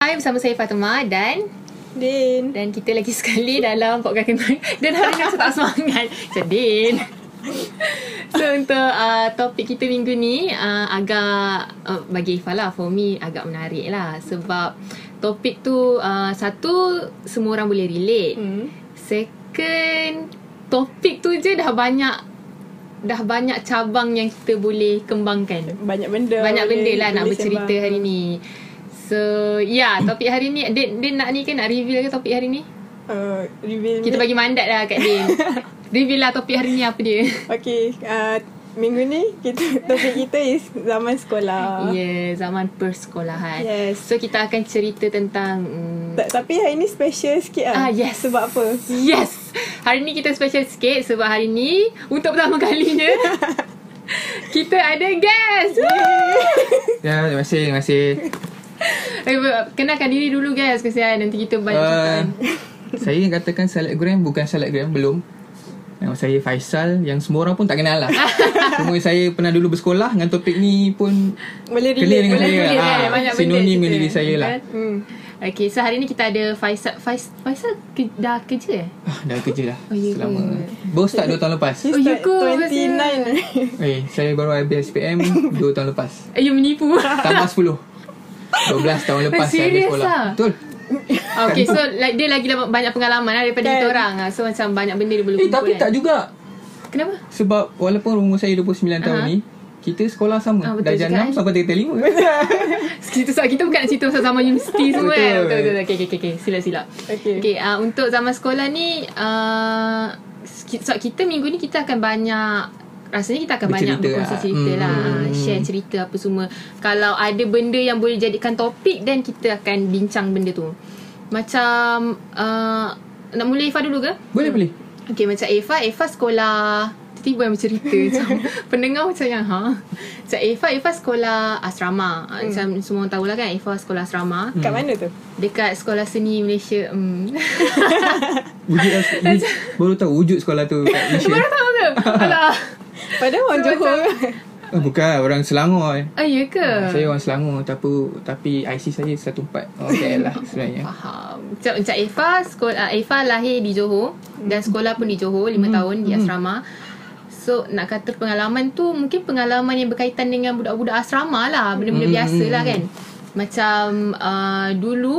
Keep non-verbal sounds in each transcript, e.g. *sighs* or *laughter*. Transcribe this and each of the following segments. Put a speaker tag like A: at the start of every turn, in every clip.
A: bersama saya Fatima dan
B: Din.
A: dan kita lagi sekali dalam podcast kena dan hari ni saya tak semangat so Din so untuk uh, topik kita minggu ni uh, agak uh, bagi Ifah lah for me agak menarik lah sebab topik tu uh, satu semua orang boleh relate
B: Hmm.
A: second topik tu je dah banyak dah banyak cabang yang kita boleh kembangkan
B: Banyak benda.
A: banyak
B: boleh-
A: benda lah nak
B: boleh
A: bercerita
B: sembang.
A: hari ni. So, ya, yeah, topik hari ni Din, Din nak ni ke nak reveal ke topik hari ni?
B: Uh, reveal
A: Kita
B: ni.
A: bagi mandat lah kat
B: *laughs*
A: Din. reveal lah topik hari ni apa dia.
B: Okay. Uh, minggu ni kita *laughs* topik kita is zaman
A: Ya,
B: sekolah.
A: yeah, zaman persekolahan.
B: Ah. Yes.
A: So, kita akan cerita tentang mm,
B: Ta- tapi hari ni special sikit
A: Ah,
B: lah.
A: yes.
B: Sebab apa?
A: Yes. Hari ni kita special sikit sebab hari ni untuk pertama kalinya
B: *laughs*
A: kita ada guest.
C: Ya, terima kasih, terima kasih.
A: Eh, Kenalkan diri dulu guys kesian nanti kita banyak
C: Uh,
A: cakap.
C: *laughs* saya katakan selebgram bukan selebgram belum. Nama saya Faisal yang semua orang pun tak kenal
A: *laughs*
C: lah. Cuma saya pernah dulu bersekolah dengan topik ni pun
B: Boleh relate.
C: clear dengan
A: boleh
C: saya.
A: relate
C: Ah,
A: kan? Banyak benda
C: sinonim dengan
A: kita.
C: diri saya lah.
A: Kan?
B: Hmm.
A: Okay, so hari ni kita ada Faisal. Fais, Faisal ke, dah kerja eh?
C: Ah, dah kerja dah
A: Oh, ya ke?
C: selama. Baru start 2 tahun lepas.
B: He
A: Oh, you
B: start
A: go,
B: 29.
C: eh, saya baru
A: *laughs*
C: habis SPM 2 tahun lepas.
A: Eh, you *laughs* menipu.
C: Tambah 10. 12 tahun lepas saya habis
A: Serious
C: sekolah.
A: ah?
C: Betul.
A: okay, so like, dia lagi lama- banyak pengalaman lah daripada
B: Kan.
A: kita orang. lah. So macam banyak benda dia boleh
C: Eh,
A: kumpul
C: tapi
A: kan.
C: tak juga.
A: Kenapa?
C: Sebab walaupun umur saya 29 tahun
A: Ah.
C: ni, kita sekolah sama.
A: Ah, betul
C: Darjah
A: juga,
C: 6
A: eh.
C: sampai 35.
A: Kita, so, kita bukan nak cerita pasal zaman universiti semua kan.
C: Betul.
A: Betul, betul, betul. Okay, okay, okay, okay. Sila, sila.
B: *laughs* Okay.
A: Okay, uh, untuk zaman sekolah ni, uh, so kita minggu ni kita akan banyak Rasanya kita akan banyak
C: Bercerita
A: berkongsi
C: lah.
A: cerita
C: Hmm.
A: lah ah, Share cerita apa semua Kalau ada benda yang boleh jadikan topik Then kita akan bincang benda tu Macam uh, Nak mula Ifah dulu ke?
C: Boleh, boleh.
A: Okay macam Efa Efa sekolah Tiba-tiba yang
C: *laughs*
A: bercerita Macam pendengar macam yang ha? Macam Efa Efa sekolah asrama Ah,
C: Hmm.
A: Macam semua orang tahulah kan Efa sekolah asrama
B: Kat mana tu?
A: Dekat sekolah seni Malaysia hmm. *laughs*
C: Wujud, lah, wujud, baru tahu wujud sekolah
A: *laughs*
C: tu kat Malaysia.
A: Baru tahu ke? Alah
B: Padahal orang Johor.
C: Oh, bukan, orang Selangor. Eh.
A: Ah ya ke?
C: Saya orang Selangor tapi tapi IC saya 14. Oh, okay
A: *laughs*
C: lah sebenarnya.
A: Faham Macam, macam Efa sekolah, Efa ah, lahir di Johor Dan sekolah pun di Johor 5 tahun di asrama So nak kata pengalaman tu Mungkin pengalaman yang berkaitan dengan Budak-budak asrama lah Benda-benda
C: Hmm,
A: biasa
C: hmm,
A: lah
C: hmm.
A: kan Macam uh, dulu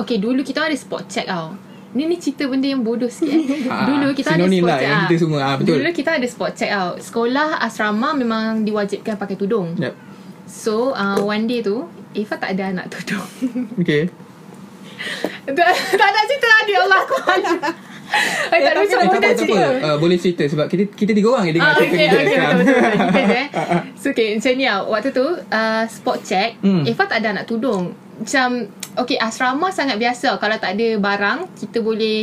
A: Okay dulu kita ada spot check tau Ni ni cerita benda yang bodoh sikit eh.
C: *laughs* Ah,
A: Dulu kita ada
C: sinonim
A: spot
C: lah
A: check
C: yang
A: ah.
C: kita semua. Ah, betul.
A: Dulu kita ada spot check out Sekolah asrama memang diwajibkan pakai tudung
C: Yep.
A: So uh, one day tu Eva tak ada anak tudung *laughs*
C: Okay.
A: tak, tak ada cerita tadi Allah aku
C: *laughs*
A: malu. Ay, tak
B: Eh,
A: lucu
B: tapi tak
A: pun tak
C: tak apa, tak apa.
A: cerita
C: Uh, boleh cerita sebab kita kita tiga orang yang dengar
A: Ah,
C: cerita
A: okay,
C: kita kan? Ah,
A: okay, betul,
C: sekarang.
A: betul, betul. Kita
C: *laughs*
A: je, eh. So, okay, macam ni lah. Waktu tu, uh, spot check,
C: Hmm.
A: Eva tak ada nak tudung. Macam, okay, asrama sangat biasa. Kalau tak ada barang, kita boleh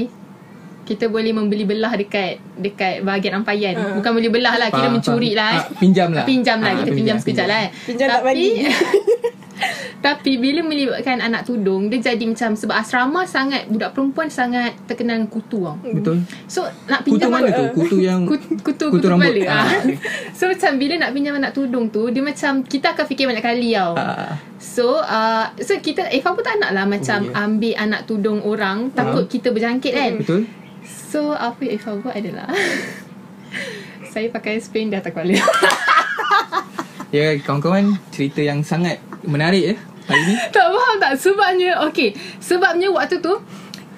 A: kita boleh membeli belah dekat dekat bahagian ampayan.
B: Ah.
A: Bukan beli belah lah, kira
C: Hmm. Faham,
A: mencuri
C: faham.
A: lah. eh.
C: Ah, pinjam lah.
A: Pinjam lah,
C: Ah,
A: kita pinjam,
C: pinjam,
A: sekejap
C: pinjam.
A: lah. eh.
B: Pinjam tak bagi.
A: *laughs* Tapi bila melibatkan anak tudung, dia jadi macam sebab asrama sangat budak perempuan sangat terkenal dengan kutu tau.
C: Betul.
A: So nak
C: Kutu
A: pinjam
C: mana
A: anak-
C: tu? Kutu yang
A: *laughs* Kutu, kutu, kutu
C: rambut.
A: kepala
C: Ah,
A: ah. *laughs* So macam bila nak pinjam anak tudung tu Dia macam Kita akan fikir banyak kali tau
C: ah.
A: So uh, So kita Ifah pun tak nak lah Macam
C: Oh, ya. Ah. Mm.
A: ambil anak tudung orang Takut kita berjangkit kan
C: Betul.
A: So apa yang Ifah buat adalah *laughs* Saya pakai spray dah tak kuala
C: Ya, kawan-kawan, cerita yang sangat menarik ya hari ni.
A: *laughs* Tak faham tak Sebabnya Okay Sebabnya waktu tu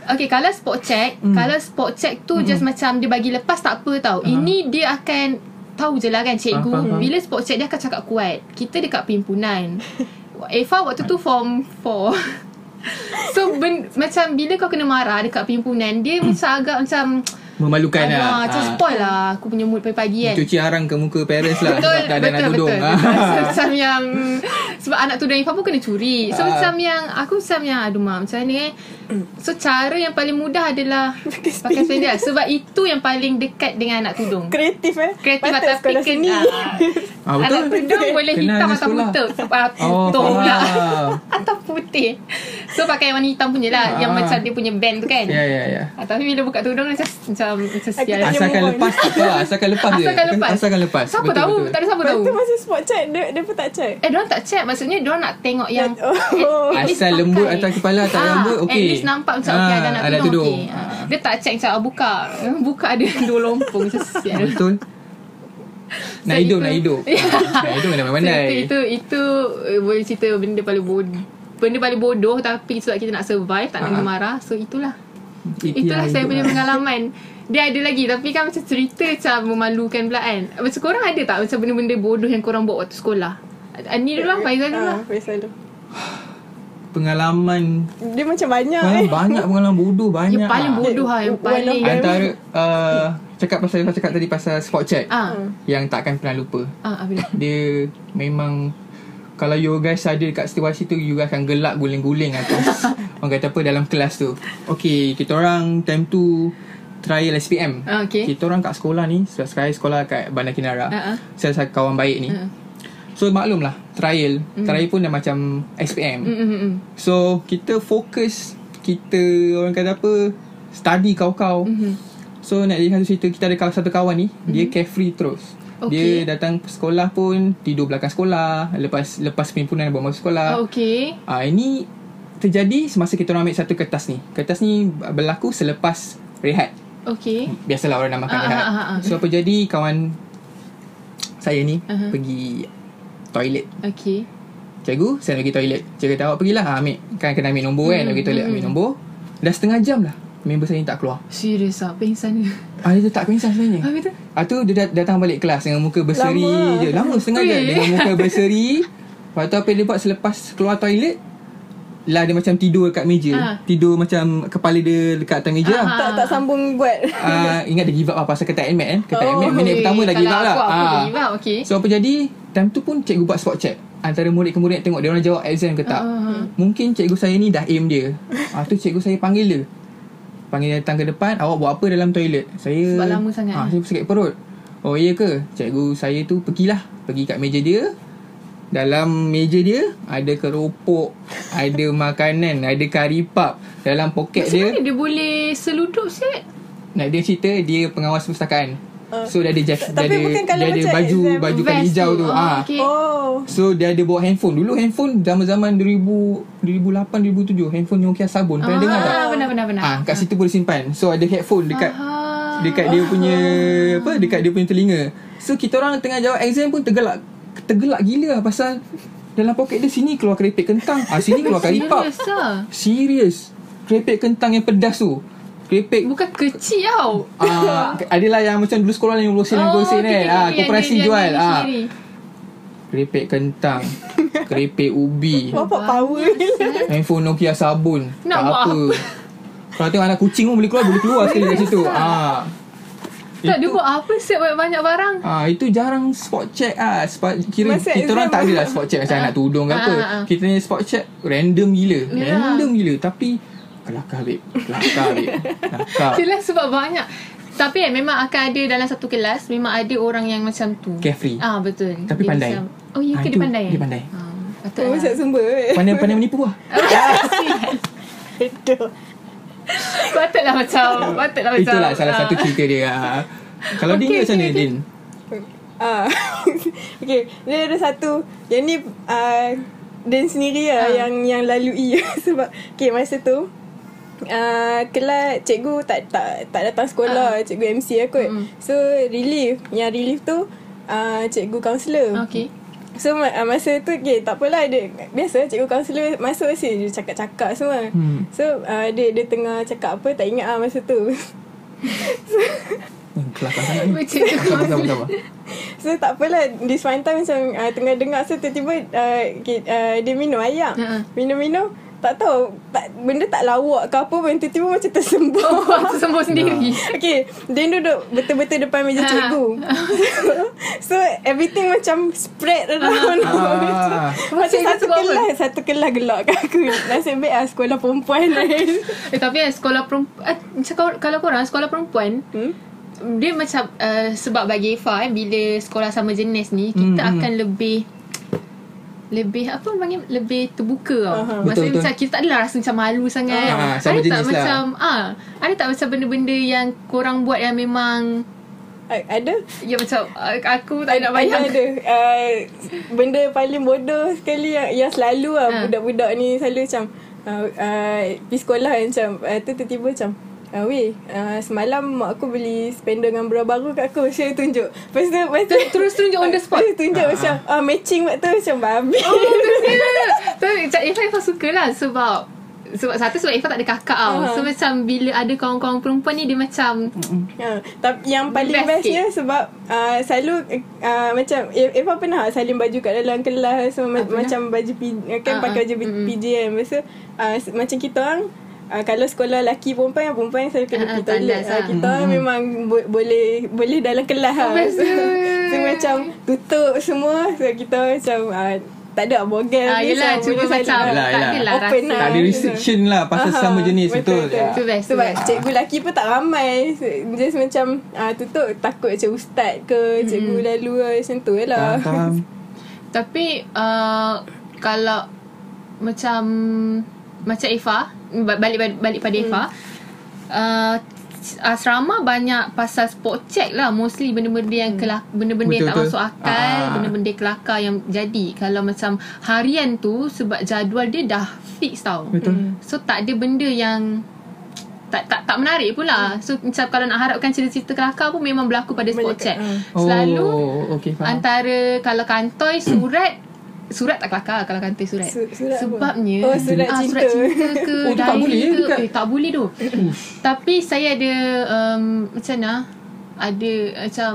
A: Okay kalau spot check
C: Hmm.
A: mm. Kalau spot check tu mm. Just macam Dia bagi lepas tak apa tau uh-huh. Ini dia akan Tahu je lah kan cikgu
C: Faham, faham, faham.
A: Bila spot check dia akan cakap kuat Kita dekat pimpunan *laughs* Eva waktu tu form 4 *laughs* So ben, macam bila kau kena marah dekat pimpunan
C: *coughs*
A: Dia macam agak macam
C: Memalukan lah.
A: Alah, macam
C: Ah.
A: spoil lah Aku punya mood pagi-pagi kan
C: Cuci harang ke muka parents lah Sebab tak ada nak tudung *laughs* Ah,
A: betul, betul. Sebab macam yang Sebab anak tudung Ifah pun kena curi So
C: Ah.
A: macam yang Aku macam yang Aduh mak macam mana eh So cara yang paling mudah
C: *laughs*
A: adalah Pakai spender Sebab itu yang paling dekat dengan anak tudung
B: *laughs* Kreatif eh.
A: Kreatif
B: Patut
A: atas
B: sekolah
A: piken
B: seni.
A: ah.
C: Ah,
A: Anak
C: betul.
A: kedua boleh
C: Kenal
A: hitam
C: dengan
A: atau
C: sekolah.
A: buta. Ah,
C: Oh,
A: Buta *laughs* pula.
C: faham.
A: Atau putih. So pakai warna hitam punya lah. Yang
C: Ah.
A: macam dia punya band tu kan.
C: Ya, ya, ya.
A: Ah, tapi bila buka tudung macam macam macam
B: Aku
A: sial. Asal,
B: tak boleh move
C: Asalkan
B: on.
C: lepas tak apa lah. Asalkan lepas je.
A: asalkan kan lepas.
C: Asalkan lepas.
A: Siapa
C: Betul,
A: tahu?
C: betul.
A: Tak ada siapa
B: Lepas
A: tahu.
B: tu masa spot check dia, dia pun tak check
A: Eh, diorang tak check. Maksudnya diorang nak tengok yang
B: *laughs* Oh.
A: at least
C: Asal
A: pakai.
C: lembut atas kepala, tak
A: Ah,
C: rambut, okey.
A: At least nampak macam okey
C: Ah,
A: ada nak
C: ada
A: tudung.
C: tudung.
A: okey. Ah,
C: Ah.
A: Dia tak check macam ah, buka. *laughs* Buka ada dua lompong macam sial. *laughs*
C: Betul. Nak
A: So,
C: hidup,
A: itu-
C: nak hidup. Nak hidup kena pandai-pandai.
A: So, itu itu, itu uh, boleh cerita benda paling bodoh benda paling bodoh tapi sebab kita nak survive tak nak
C: Ah.
A: kena marah so itulah
C: Itu
A: itulah
C: yang
A: saya
C: hidup
A: punya
C: lah.
A: pengalaman dia ada lagi tapi kan macam cerita macam memalukan pula kan macam korang ada tak macam benda-benda bodoh yang korang buat waktu sekolah Ah, ni dulu lah Faizal dulu lah
B: Ah, Faisal dulu
C: Pengalaman.
B: Dia macam banyak
C: Pengalaman Ah,
B: eh
C: banyak pengalaman bodoh. Banyak.
A: yang Ya, paling
C: lah.
A: bodoh lah yang
B: One of
A: paling
B: them.
C: Antara uh, Cakap pasal Cakap tadi pasal spot check
A: ah
C: Yang takkan pernah lupa
A: ah Abila
C: Dia Memang Kalau you guys ada Dekat situasi tu You guys akan gelak Guling-guling
A: *laughs*
C: atas Orang kata apa Dalam kelas tu Okay Kita orang Time tu Trial SPM
A: Ah, okay.
C: Kita orang kat sekolah ni Sekarang sekolah kat Bandar Kinara
A: Ah, ah.
C: Saya saya kawan baik ni
A: Ah. Hmm.
C: So maklum lah Trial Trial pun dah macam SPM
A: Mm, mm, mm.
C: So kita fokus Kita orang kata apa Study kau-kau
A: Mhm.
C: mm-hmm. So nak jadi satu cerita Kita ada kaw- satu kawan ni mm-hmm. Dia carefree terus
A: Okay.
C: Dia datang sekolah pun Tidur belakang sekolah Lepas lepas perhimpunan Buat masuk sekolah
A: Ah, okay
C: Ah ini terjadi semasa kita orang ambil satu kertas ni. Kertas ni berlaku selepas rehat.
A: okay
C: Biasalah orang nak makan
A: Ah,
C: rehat.
A: ah, ah, ah.
C: So apa jadi kawan saya ni
A: Aha.
C: pergi toilet.
A: okay
C: Cikgu, saya nak pergi toilet. Cikgu kata, awak pergilah. Ha, ambil. Kan kena ambil nombor kan. Nak pergi toilet
A: Hmm.
C: ambil nombor. Dah setengah jam lah. Member saya ni tak keluar.
A: serius lah pengsan dia
C: Ah, dia tak pingsan sebenarnya.
A: habis tu
C: Lepas tu dia dat- datang balik kelas dengan muka berseri
B: Lama.
C: Lama. je. Lama setengah jam
A: Weh.
C: dengan muka berseri. Lepas tu apa yang dia buat selepas keluar toilet lah dia macam tidur kat meja.
A: Ah.
C: Tidur macam kepala dia dekat atas meja.
A: Ah.
C: Ah.
B: Tak tak sambung buat
C: Ah, ingat dia give up lah pasal ketat admit kan. Ketat
B: Oh,
C: admit
A: Weh,
C: minit pertama dah
A: eh, kalau
C: give up lah.
A: aku, aku
C: Ah.
A: dah give up okay
C: So apa jadi Time tu pun cikgu buat spot check Antara murid ke murid Tengok dia orang jawab exam ke tak
A: Ah.
C: Mungkin cikgu saya ni Dah aim dia ah, Tu cikgu saya panggil dia Panggil dia datang ke depan Awak buat apa dalam toilet Saya
A: Sebab lama sangat.
C: ah, Saya sakit perut Oh iya ke Cikgu saya tu pergilah Pergi kat meja dia dalam meja dia ada keropok,
A: *laughs*
C: ada makanan, ada curry puff. Dalam poket
A: Macam
C: dia
A: mana dia boleh seludup set?
C: nak dia cerita dia pengawas perpustakaan.
B: Ah.
C: So dia ada Jeff, dia
B: Tapi
C: ada,
B: bukan kalau
C: dia ada
B: macam
C: baju
B: exam
C: baju
A: vest
C: kali hijau tu.
A: Ah,
C: Ah,
A: okay.
B: Oh
C: So dia ada bawa handphone Dulu handphone zaman-zaman 2000, 2008, 2007 Handphone Nokia Sabun Pernah
A: ah,
C: dengar tak?
A: Benar benar benar.
C: Ah, kat situ boleh simpan So ada headphone dekat
A: Ah.
C: Dekat dia punya Apa Dekat dia punya telinga So kita orang tengah jawab exam pun tergelak Tergelak gila lah pasal Dalam poket dia sini keluar keripik kentang ah, Sini keluar kari pap
A: Serius lah.
C: Serius Keripik kentang yang pedas tu Keripik
A: Bukan kecil tau. *laughs*
C: ah, Adalah yang macam dulu sekolah yang 50 sen
A: Oh,
C: 50
A: okay,
C: sen kan
A: okay,
C: ah,
A: okay.
C: Koperasi
A: Yang dia-
C: jual
A: yang dia
C: ah,
A: sendiri.
C: Keripik
A: *laughs*
C: kentang Keripik ubi
B: Bapak power *laughs*
C: Handphone Nokia sabun
A: Nak
C: Tak
A: buat
C: apa
A: apa?
C: Kalau tengok anak kucing pun boleh keluar Boleh keluar sekali kat situ ha.
A: Tak dia buat apa set banyak-banyak barang.
C: Ah itu jarang spot check ah spot kira
B: Masa
C: kita orang
B: exam
C: tak ada lah spot check macam anak tudung ke
A: Ah,
C: apa.
A: ah, ah. Ya.
C: Kita ni spot check random gila.
A: Yelah.
C: Random gila tapi kelakar babe. Kelakar babe.
A: *laughs*
C: Kelakar.
A: Jelas sebab banyak. Tapi eh, memang akan ada dalam satu kelas memang ada orang yang macam tu.
C: Carefree.
A: Ah betul.
C: Tapi pandai.
A: Macam, oh ya ke
C: Ah,
A: dia
C: itu
A: pandai? eh?
C: dia pandai.
A: Ah, patut
B: Kau macam
A: lah.
B: sumber eh
C: Pandai-pandai menipu lah.
A: Ah,
B: Aduh
A: Patutlah macam Patutlah macam
C: Itulah salah
A: ah.
C: satu cerita dia. ah. Kalau
A: Okay,
C: Din ni macam
A: okay,
C: ni
A: okay.
C: Din.
B: Ah. *laughs* okay, dia ada satu. Yang ni uh, Dan sendiri
A: Ah.
B: lah yang yang lalui *laughs* sebab okay masa tu Uh, kelas cikgu tak tak tak datang sekolah cikgu MC lah kot
A: Ah. Mm-mm.
B: so relief yang relief tu uh, cikgu kaunselor
A: Okay
B: So ma- uh, masa tu okay, tak apalah dia biasa cikgu kaunselor masuk sini dia cakap-cakap semua.
C: Hmm.
B: Hmm. So uh, dia dia tengah cakap apa tak ingat ah masa tu. *laughs*
C: Hmm, kelakar sangat ni.
A: Macam tu
C: Sabar sabar sabar.
B: So tak apalah This one time macam uh, Tengah dengar So tiba-tiba uh, ki- uh, Dia minum ayak
A: Ha.
B: Minum-minum Tak tahu tak, Benda tak lawak ke apa pun Tiba-tiba macam tersembur
A: *laughs* Oh *laughs* aku sembuh sendiri
B: Okay Dia duduk betul-betul depan meja
A: Ha. *laughs*
B: cikgu *laughs* so, so everything macam Spread
A: Ha,
B: around
C: Ah.
B: Macam
A: Cikgu
B: satu
A: sebab apa?
B: kelas Satu kelas gelak kat aku Nasib baik lah Sekolah perempuan *laughs* lain
A: Eh tapi kan sekolah perempuan eh, macam kau- Kalau korang sekolah perempuan
B: hmm?
A: dia macam uh, sebab bagi Ifa eh, bila sekolah sama jenis ni kita
C: Hmm,
A: hmm, akan lebih lebih apa orang panggil lebih terbuka tau.
B: Aha.
A: Uh-huh. Maksudnya
C: Betul,
A: macam kita tak adalah rasa macam malu sangat.
C: Ah,
A: ada tak
C: sama jenis lah.
A: macam ah ada tak macam benda-benda yang korang buat yang memang
B: A- Ada
A: ya macam ah, aku tak nak
B: Ada
A: bayang. *laughs*
B: ada uh, Benda paling bodoh sekali Yang, yang selalu lah
A: Ha.
B: Budak-budak ni selalu macam uh, uh, Pergi sekolah kan, macam uh, Tu tiba-tiba macam Uh, weh, uh, semalam mak aku beli spender dengan bra baru kat aku Saya tunjuk Lepas tu, lepas tu
A: Ter- terus tunjuk on the spot? Oh,
B: Terus *laughs* tunjuk
C: Ah.
B: macam uh, Matching mak tu macam babi *laughs*
A: Ya, So macam Ifah Ifah suka lah sebab sebab satu sebab Ifah tak ada kakak tau.
B: Ah.
A: So macam bila ada kawan-kawan perempuan ni dia macam
B: Ya, tapi yang paling
A: Best
B: bestnya sebab uh, selalu uh, macam Eva Eva pernah tak salin baju kat dalam kelas so,
A: Ah,
B: ma-
A: pernah.
B: macam baju P,
A: Ah,
B: kan pakai
A: ah,
B: baju mm PJ kan. Lepas tu uh, s- macam kita orang Uh, kalau sekolah lelaki perempuan yang perempuan yang selalu kena
A: Ah, ah,
B: pergi toilet
A: tandas,
B: uh,
A: ah.
B: kita orang memang bo- boleh boleh dalam kelas
A: Oh,
B: lah. so,
A: bestnya.
B: *laughs* so, macam tutup semua so kita macam uh, tak ada bogel
A: ah
B: ni,
A: yelah
B: so
A: cuma
B: Ya, boleh salin
A: macam
B: lah.
C: Yelah,
A: tak
C: yelah.
A: adalah
B: Open
A: rasa.
B: lah.
C: Tak ada restriction lah pasal
B: Aha,
C: sama jenis betul.
A: Ah,
C: Ya.
A: betul. Tu best, tu
B: Sebab
A: best.
B: cikgu lelaki pun tak ramai Just macam uh, Tutup takut macam ustaz ke Cikgu
A: Hmm.
B: mm. lalu ke Macam tu je lah
C: Faham, faham.
A: Tapi uh, kalau macam macam Ifa balik balik, balik pada Ifa uh, asrama banyak pasal spot check lah mostly benda-benda yang kelak, benda-benda yang tak
C: Betul,
A: masuk
C: betul.
A: akal
C: Ah.
A: benda-benda kelakar yang jadi kalau macam harian tu sebab jadual dia dah fix tau
C: Betul.
A: so tak ada benda yang tak tak tak menarik pula so macam kalau nak harapkan cerita-cerita kelakar pun memang berlaku pada spot
B: Boleh-
A: check
B: ah.
A: selalu
C: oh, okay, faham.
A: Antara kalau kantoi
C: *clears throat*
A: surat Surat tak kelakar kalau kantoi surat.
B: Su- surat apa?
A: Sebabnya
B: Oh, surat
A: ah,
B: cinta.
A: surat cinta ke
C: Oh, tu tak
A: diary
C: boleh,
A: ke
C: dekat-
A: eh, tak boleh
C: *clears throat*
A: tu. Tapi saya ada um, macam mana ada macam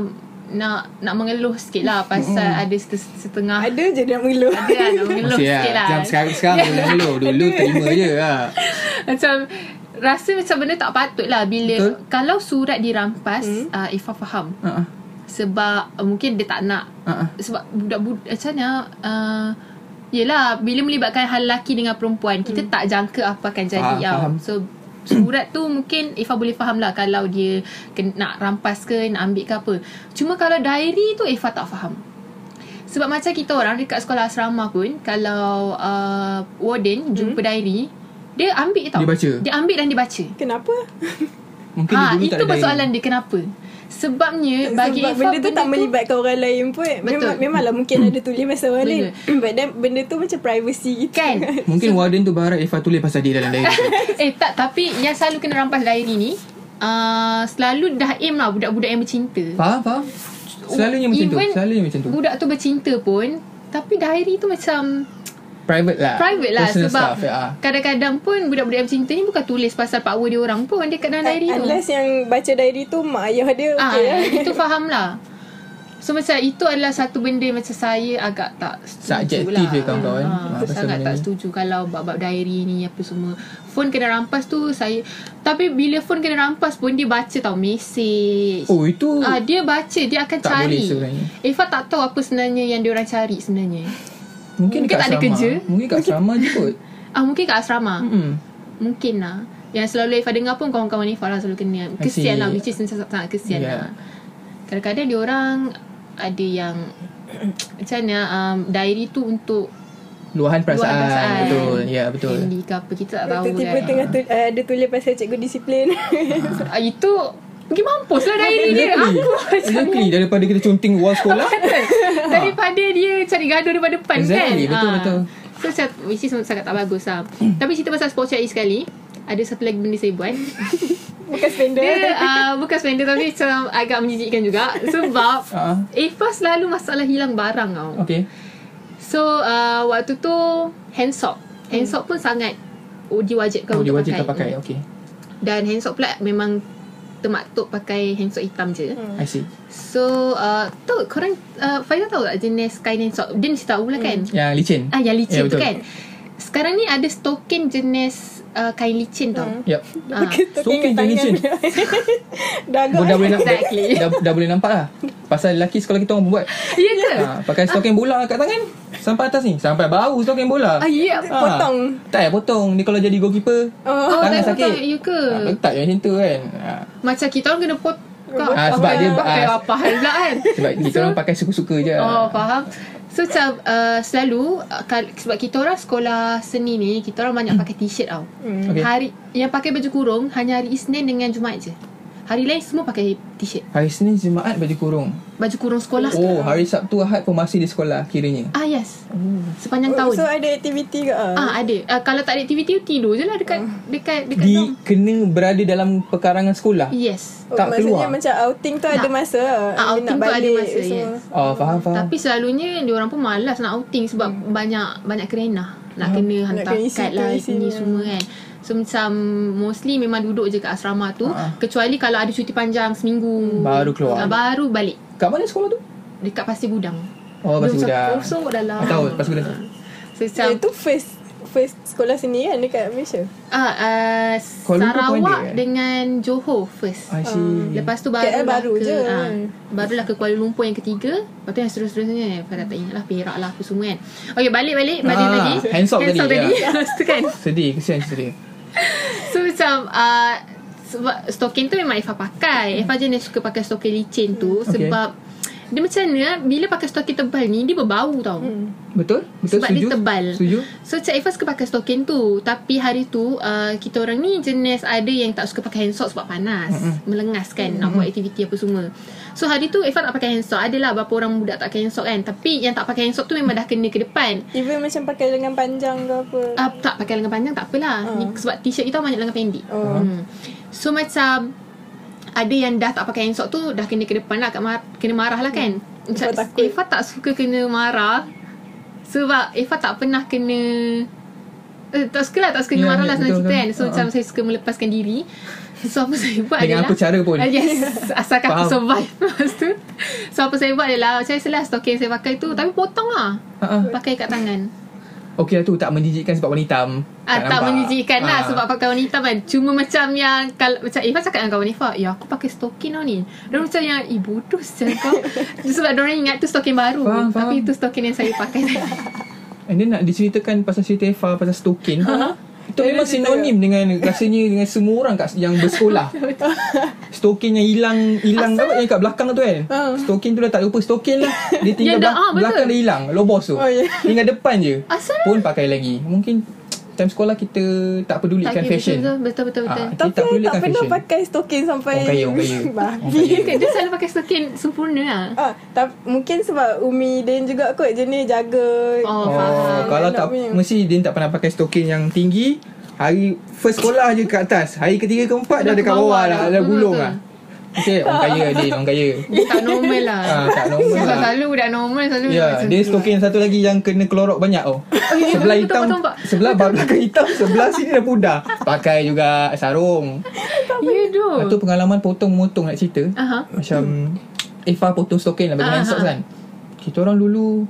A: nak nak mengeluh sikit lah pasal ada set- setengah
B: Ada je dia nak mengeluh
A: ada lah nak mengeluh
C: Masih
A: sikit lah.
C: Macam sekarang, sekarang
A: *laughs*
C: boleh mengeluh. Dulu terima je lah.
A: macam rasa macam benda tak patut lah bila
C: Betul.
A: kalau surat dirampas
B: Hmm.
A: ah, Ifah faham
C: Ha, ah,
A: sebab uh, mungkin dia tak nak
C: ha, ah.
A: sebab budak-budak macam mana uh, yelah bila melibatkan hal lelaki dengan perempuan kita tak jangka apa akan jadi tau
C: Hmm. Faham, faham.
A: so surat tu mungkin Ifah boleh faham lah kalau dia ken- nak rampas ke nak ambil ke apa cuma kalau diary tu Ifah tak faham sebab macam kita orang dekat sekolah asrama pun kalau uh, warden jumpa
C: Hmm.
A: diary dia ambil tau
C: Dia baca.
A: dia ambil dan dia baca
B: *laughs* Kenapa?
C: Mungkin dia
A: ha
C: dulu tak
A: itu
C: ada
A: persoalan dia kenapa sebabnya bagi
B: Sebab
A: Ifah
B: benda tu tak melibatkan orang lain pun Memang, Memanglah mungkin ada tulis pasal orang lain *clears throat* But then benda tu macam privacy gitu *laughs*
A: kan
C: Mungkin warden tu berharap Ifah tulis pasal dia dalam
A: *laughs*
C: diary tu.
A: Eh tak tapi yang selalu kena rampas diary ni uh, selalu dah aim lah budak-budak yang bercinta.
C: Faham, faham? Selalunya macam tu.
A: Oh, Even
C: Selalunya macam tu.
A: Budak tu bercinta pun tapi diary tu macam
C: Private lah.
A: private lah
C: Personal
A: sebab
C: stuff, ya.
A: kadang-kadang pun budak-budak yang bercinta ni bukan tulis pasal power dia orang pun dia kat dalam Kan diary tu.
B: Unless yang baca diary tu Mak ayah dia
A: Ah,
B: okay lah
A: itu faham lah. So macam itu adalah satu benda macam saya agak tak setuju
C: Subjektif
A: lah.
C: je kawan-kawan.
A: Ah,
C: Ah,
A: saya
C: pasal
A: sangat
C: benda
A: tak
C: ni.
A: setuju kalau bab-bab diary ni apa semua. Phone kena rampas tu saya tapi bila phone kena rampas pun dia baca tau mesej.
C: Oh, itu
A: Ah dia baca dia akan
C: Tak
A: cari.
C: boleh sebenarnya.
A: Ifa tak tahu apa sebenarnya yang dia orang cari sebenarnya. mungkin
C: mungkin, dekat
A: tak ada
C: asrama.
A: kerja.
C: Mungkin kat asrama je kot.
A: Ah mungkin kat asrama.
C: Hmm.
A: Mungkin lah Yang selalu Ifah dengar pun Kawan-kawan Ifah lah selalu kena
C: I see.
A: Kesian lah Which is sangat, sangat kesian
C: Yeah.
A: yeah. lah Kadang-kadang diorang Ada
C: *clears throat*
A: yang Macam mana um, Diary tu untuk
C: Luahan perasaan.
A: Luahan perasaan.
C: Betul. Ya, betul.
A: Handy ke apa Kita tak tahu
B: Tiba-tiba
A: kan
B: tengah tu, uh, Dia tulis pasal cikgu disiplin *laughs*
A: Ah, Itu Pergi mampus lah diary dia
C: Exactly.
A: Aku macam
C: Exactly. Daripada kita conteng wall
A: *laughs*
C: sekolah.
A: Daripada dia cari gaduh daripada depan
C: Exactly,
A: kan
C: betul,
A: Ah.
C: betul.
A: So saya, which is sangat tak bagus lah Tapi cerita pasal sport chat sekali Ada satu lagi benda saya buat
B: Bukan spender
A: Dia
C: ah,
A: uh, bukan spender tapi macam agak menjijikkan juga sebab
C: *laughs* Ah.
A: uh Eva selalu masalah hilang barang tau.
C: Okay.
A: So uh, waktu tu hand sock. Hand sock pun sangat oh, diwajibkan
C: Oh,
A: untuk
C: dia wajib kau
A: pakai. Mm.
C: pakai. Okay.
A: Dan hand sock pula memang termaktub pakai hand sock hitam je.
B: Hmm.
C: I see.
A: So uh, tu korang uh, Faizal tahu tak jenis kain hand sock? Dia mesti tahu lah kan.
C: Yang licin.
A: Ah yang licin
C: Ya,
A: tu
C: betul.
A: kan. Sekarang ni ada stokin jenis uh, kain licin tau.
C: Yep.
A: Ah.
C: Stoking Indonesian.
B: *laughs* Dah agak
C: Dah
B: *laughs*
C: boleh nampak.
A: Exactly.
C: *laughs* Dah, dah boleh nampak lah. Pasal lelaki sekolah kita orang buat.
A: Ya ke?
C: Ha, pakai stoking bola kat tangan. Sampai atas ni. Sampai bau stoking bola.
A: Ah ya.
C: Ah,
B: potong.
C: Tak payah potong. Ni kalau jadi goalkeeper. Ah,
B: Oh.
A: Oh,
C: tangan
A: tak
C: sakit.
A: potong. Ya ke?
C: Ha, letak yang macam tu kan. Ha.
A: Macam kita orang kena pot buka
C: Ah, sebab
A: Pakai-
C: dia ba-
A: pakai
C: ah,
A: apa hal pula
C: *laughs*
A: kan
C: Sebab kita orang pakai suka-suka je
A: Oh faham So macam uh, selalu uh, kal- Sebab kita orang sekolah seni ni Kita orang banyak pakai t-shirt tau
C: Okay.
A: Hari Yang pakai baju kurung Hanya hari Isnin dengan Jumaat je Hari lain semua pakai t-shirt
C: Hari Senin Jumaat baju kurung
A: Baju kurung sekolah
C: Oh hari Sabtu Ahad pun masih di sekolah kiranya
A: Ah yes
C: Hmm.
A: Sepanjang
B: Oh,
A: tahun
B: So ada aktiviti ke? Ah.
A: Ah ada uh, Kalau tak ada aktiviti Tidur je lah dekat Dekat Dekat
C: Ah. Di
A: dorm.
C: kena berada dalam pekarangan sekolah
A: Yes
B: Oh,
C: tak
B: maksudnya
C: keluar.
B: macam outing tu ada masa.
A: Ah,
B: Dia nak
A: outing tu ada
B: balik
A: masa,
B: semua.
A: yes.
C: Oh faham faham
A: Tapi selalunya dia orang pun malas nak outing sebab hmm. banyak banyak kerenah nak kena hantar
B: kena isi
A: kad
B: tu,
A: lah
B: isi
A: ini
B: ni.
A: semua kan. So macam mostly memang duduk je kat asrama tu
C: Ah.
A: kecuali kalau ada cuti panjang seminggu
C: Baru keluar.
A: Ah, baru balik
C: Kat mana sekolah tu?
A: dekat Pasir Gudang.
C: Oh
A: Dia
C: Pasir Gudang
A: Macam kosong dalam.
C: Ah, Tahu Pasir Gudang
A: So macam
B: Dia tu first first sekolah seni kan dekat Malaysia.
A: ah, uh,
C: Kuala Lumpur pun
A: Sarawak
C: ada, eh?
A: dengan Johor first.
C: I see
A: Ah, Lepas tu barulah
B: KL Hmm. eh, baru
A: ke,
B: je.
A: ah, Barulah ke Kuala Lumpur yang ketiga Lepas tu yang seterus-terusnya Aku dah tak ingat lah Perak lah apa semua kan Okay balik-balik Balik
C: Ah,
A: lagi
C: hands off tadi,
A: *laughs*
C: ya.
A: Lepas tu kan
C: Sedih kesian cerita dia
A: So macam uh, Sebab stokin tu memang Ifah pakai Ifah jenis suka pakai stokin licin tu
C: Okay.
A: Sebab Dia macam mana Bila pakai stokin tebal ni Dia berbau tau
B: Hmm.
C: Betul? Betul
A: Sebab dia
C: setuju?
A: tebal.
C: Setuju?
A: So Cik Ifah suka pakai stokin tu Tapi hari tu uh, Kita orang ni jenis Ada yang tak suka pakai hand sock Sebab panas mm-hmm. Melengas kan mm-hmm. Nak buat aktiviti apa semua So hari tu Ifah nak pakai hand sock Adalah berapa orang budak tak pakai hand sock kan Tapi yang tak pakai hand sock tu Memang dah kena ke depan
B: Even macam pakai lengan panjang ke apa.
A: uh, Tak pakai lengan panjang tak apalah
B: Ah.
A: Ni, Sebab t-shirt kita banyak lengan pendek
B: Oh.
A: Hmm. So macam ada yang dah tak pakai hand sock tu dah kena ke depan lah kat mar- kena marah lah kan. Macam
B: Ifah Hmm. takut.
A: Eva tak suka kena marah sebab Eva tak pernah kena eh, tak suka lah tak suka
C: Ya,
A: kena marah lah
C: ya, betul,
A: senang cerita
C: betul.
A: kan. So
C: Ha,
A: macam
C: ha.
A: saya suka melepaskan diri. So apa saya buat
C: Dengan
A: adalah
C: apa cara pun
A: Ah,
C: *laughs*
A: Yes Asalkan aku
C: Faham.
A: survive *laughs* Lepas tu So apa saya buat adalah Macam saya lah stocking saya pakai tu Tapi potong lah
C: Ha-ha.
A: Pakai kat tangan
C: Ha, Okey lah tu tak menjijikkan sebab warna hitam
A: Ah, tak
C: nampak.
A: menjijikkan lah
C: Ah.
A: sebab pakai wanita kan. Cuma macam yang kalau macam Ifah cakap dengan kawan Ifah, "Ya, aku pakai stocking tau ni." Dia macam yang, "Eh, bodoh sial
C: *laughs*
A: kau." sebab dia orang ingat tu stocking baru.
C: Faham, faham.
A: Tapi itu stocking yang saya
C: *laughs*
A: pakai.
C: And then nak diceritakan pasal cerita Efa pasal stokin.
A: Ha,
C: Itu memang sinonim dengan rasanya dengan semua orang kat
A: *laughs*
C: yang bersekolah. stokin yang hilang hilang kau yang kat belakang tu kan.
B: Ah.
C: Stokin tu dah tak lupa stokin lah.
A: *laughs*
C: Dia
A: Yang
C: tinggal
A: dah-
C: belak-
A: ah, betul.
C: belakang dah hilang. Lobos tu.
B: Oh, ya.
C: Tinggal depan je.
A: Asal?
C: Pun pakai lagi. Mungkin time sekolah kita tak pedulikan
A: Tak,
C: fashion.
A: betul, Betul betul betul.
C: Ah,
B: Tapi
C: Kita tak
B: I
C: pedulikan
B: tak pernah
C: fashion.
B: pakai stocking sampai
C: Orang kaya, orang kaya.
B: *laughs* babi.
A: Kan, Dia selalu pakai stocking sempurna lah.
B: Ah, tapi mungkin sebab Umi dan juga kot jenis jaga.
A: Oh,
C: Oh,
A: faham.
C: kalau tak
B: Elok punya.
C: mesti dia tak pernah pakai stokin yang tinggi. Hari first sekolah je kat atas. Hari ketiga keempat
A: Dah
C: dah
A: ke
C: dekat
A: bawah
C: bawah
A: dah.
C: dah, dah
A: Betul,
C: gulung
A: betul.
C: ah. Okay, orang kaya Adin, orang kaya.
A: Tak normal lah.
C: Ah, tak normal
A: Sebab
C: lah.
A: selalu budak normal selalu
C: Ya,
A: macam
C: dia
A: tu.
C: stokin satu lagi yang kena kelorok banyak oh.
A: *laughs* ya,
C: sebelah
A: betul,
C: hitam,
A: betul, nampak.
C: sebelah belakang hitam, sebelah sini dah pudar. Pakai juga sarung.
A: Ya, tu.
C: Lepas Ah, tu pengalaman potong-motong nak cerita.
A: Aha.
C: Macam Ifah potong stokin lah Bagi
A: Ah,
C: hand socks
A: ah.
C: kan Kita orang dulu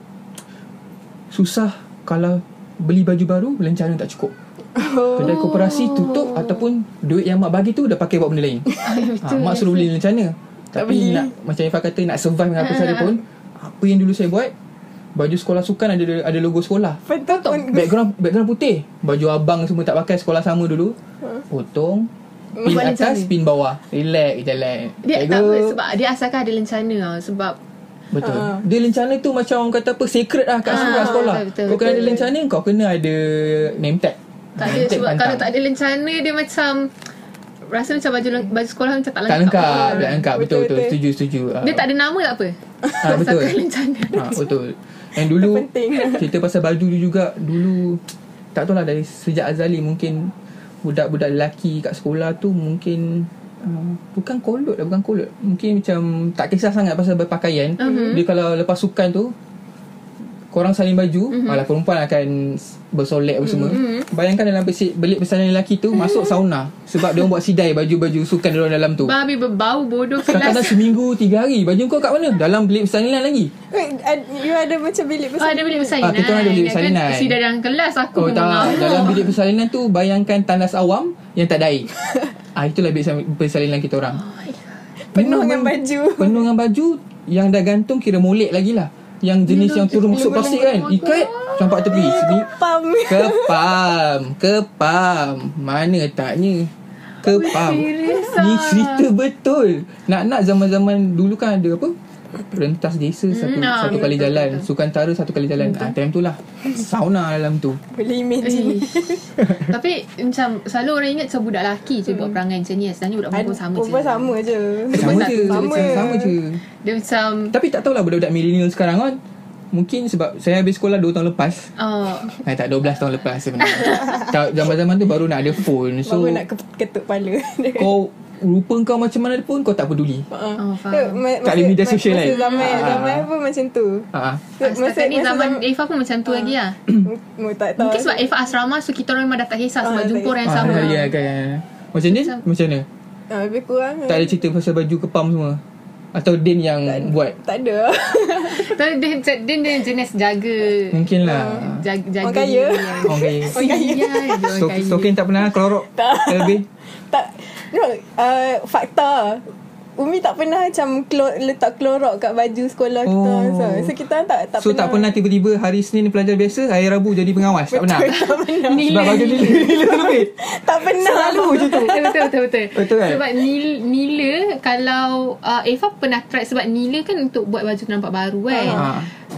C: Susah Kalau Beli baju baru Lencana tak cukup
A: Oh.
C: Kedai koperasi tutup Ataupun Duit yang mak bagi tu Dah pakai buat
A: *laughs*
C: benda lain
A: Ah,
C: ha, Mak suruh beli lencana
A: eh?
C: Tapi nak, Macam Ifah kata Nak survive dengan apa
A: Ah,
C: sahaja pun Apa yang dulu saya buat Baju sekolah sukan ada ada logo sekolah
B: Patut pun
C: Background background putih Baju abang semua tak pakai Sekolah sama dulu
A: Ah.
C: Potong Pin
A: Buat
C: atas
A: lencana.
C: Pin bawah Relax jalan
A: Dia
C: Cikgu.
A: tak apa sebab dia asalkan ada lencana tau. sebab
C: Betul.
B: Ha.
C: Dia lencana tu macam orang kata apa sacred lah kat
A: Ha,
C: sekolah. sekolah.
A: betul, betul,
C: kau kena
A: betul.
C: ada lencana, kau kena ada name tag.
A: tak ada
C: Name tag
A: sebab kalau
C: pantang.
A: tak ada lencana dia macam rasa macam baju leng- baju sekolah macam tak
C: tak
A: lengkap.
C: lengkap,
A: Ah.
C: tak lengkap. Betul, betul,
B: Betul, betul.
C: Setuju, setuju.
A: Dia tak ada nama tak apa
C: ha, betul.
A: *laughs* Asalkan lencana
C: ha, betul. Yang dulu
B: penting.
C: cerita pasal baju tu juga dulu tak tahu lah dari sejak Azali mungkin budak-budak lelaki kat sekolah tu mungkin uh, bukan kolot lah bukan kolot mungkin macam tak kisah sangat pasal berpakaian
A: Mhm.
C: dia kalau lepas sukan tu korang salin baju mm-hmm. malah perempuan akan s- bersolek apa semua mm-hmm. bayangkan dalam besi, belik persalinan lelaki tu masuk sauna sebab dia orang buat sidai baju-baju sukan dia orang dalam tu
A: Babi berbau bodoh
C: *laughs* kadang-kadang
A: kelas
C: seminggu tiga hari baju kau kat mana dalam belik persalinan lagi
B: Wait, ad- you ada macam bilik
A: Oh
B: besar.
A: ada bilik persalinan
C: Ah, kita orang ada bilik
A: Ingatkan
C: persalinan.
A: Sida dalam Kan? kelas aku
C: Oh tak
A: mengamuk.
C: Dalam bilik persalinan tu Bayangkan tandas awam Yang tak ada
A: *laughs*
C: air ah, Itulah bilik sal- persalinan kita orang
A: Oh,
B: Penuh
C: Memang-
B: dengan baju.
C: *laughs* Penuh dengan baju Yang dah gantung Kira molek lagi lah Yang jenis yang turun masuk plastik kan Ikat Campak tepi Sini
B: Pam. *laughs*
C: Kepam Kepam Mana taknya ke pam
A: serious
C: Ni
A: ah.
C: cerita betul Nak-nak zaman-zaman dulu kan ada apa Rentas desa satu,
A: Hmm, ah,
C: satu kali
A: betul,
C: jalan
A: betul.
C: Sukantara satu kali jalan ah, Time tu lah Sauna dalam tu
B: Boleh imagine
A: Ish. Tapi macam selalu orang ingat macam budak lelaki je
B: Hmm.
A: buat perangai macam ni Sebenarnya budak perempuan sama je
B: Perempuan sama je
C: Sama
A: nak-
C: je
B: sama.
C: Sama je
A: Dia macam
C: Tapi tak tahulah budak-budak milenial sekarang kan Mungkin sebab saya habis sekolah 2 tahun lepas
A: oh,
C: Eh, tak 12 tahun lepas sebenarnya tak, Zaman-zaman tu baru nak ada phone
B: So,
C: So
B: *laughs* Baru nak ke- ketuk kepala *laughs*
C: kau rupa kau macam mana pun kau tak peduli
B: Ah.
A: Oh, faham.
B: Dia ma-
C: Tak ada
B: masa-
C: media
B: ma-
C: sosial
B: Masa
C: lain.
B: zaman
C: Ah.
B: Zaman pun macam tu
C: Ha.
A: Ah, Setakat ni zaman Efah pun macam tu
B: Ah.
A: lagi lah
B: *coughs* Mu oh, tak tahu
A: Mungkin sebab Efah asrama So kita orang memang dah tak kisah Sebab
B: Ah,
A: jumpa
B: tak-
A: orang yang
C: Ah,
A: sama
C: ya, kan. Macam ni?
A: Macam-
C: Macam mana?
B: ah, Lebih kurang
C: Tak ada cerita pasal baju kepam semua? Atau Din yang buat?
B: Tak ada *laughs*
A: Tapi dia, dia, dia, dia jenis jaga
C: Mungkin lah.
A: Jaga, jaga
B: Orang kaya.
A: diri yang-
C: Orang kaya.
A: Sial dia orang
C: Stok-
A: kaya.
C: Stokin tak pernah kelorok? Lebih?
B: Tak No uh, Fakta Umi tak pernah macam klo- letak klorok kat baju sekolah kita
C: Oh.
B: so, so kita tak tak
C: so tak pernah tiba-tiba hari Senin pelajar biasa, hari Rabu jadi pengawas? Tak pernah? Sebab
A: Nilai-
C: baju nilai nilai lebih.
B: tak pernah *laughs*
C: Selalu je Oh, tu.
A: betul betul betul betul.
C: Betul kan?
A: Sebab Nil, Nila kalau uh, Eva pernah try sebab Nila kan untuk buat baju nampak baru kan.
C: Ha.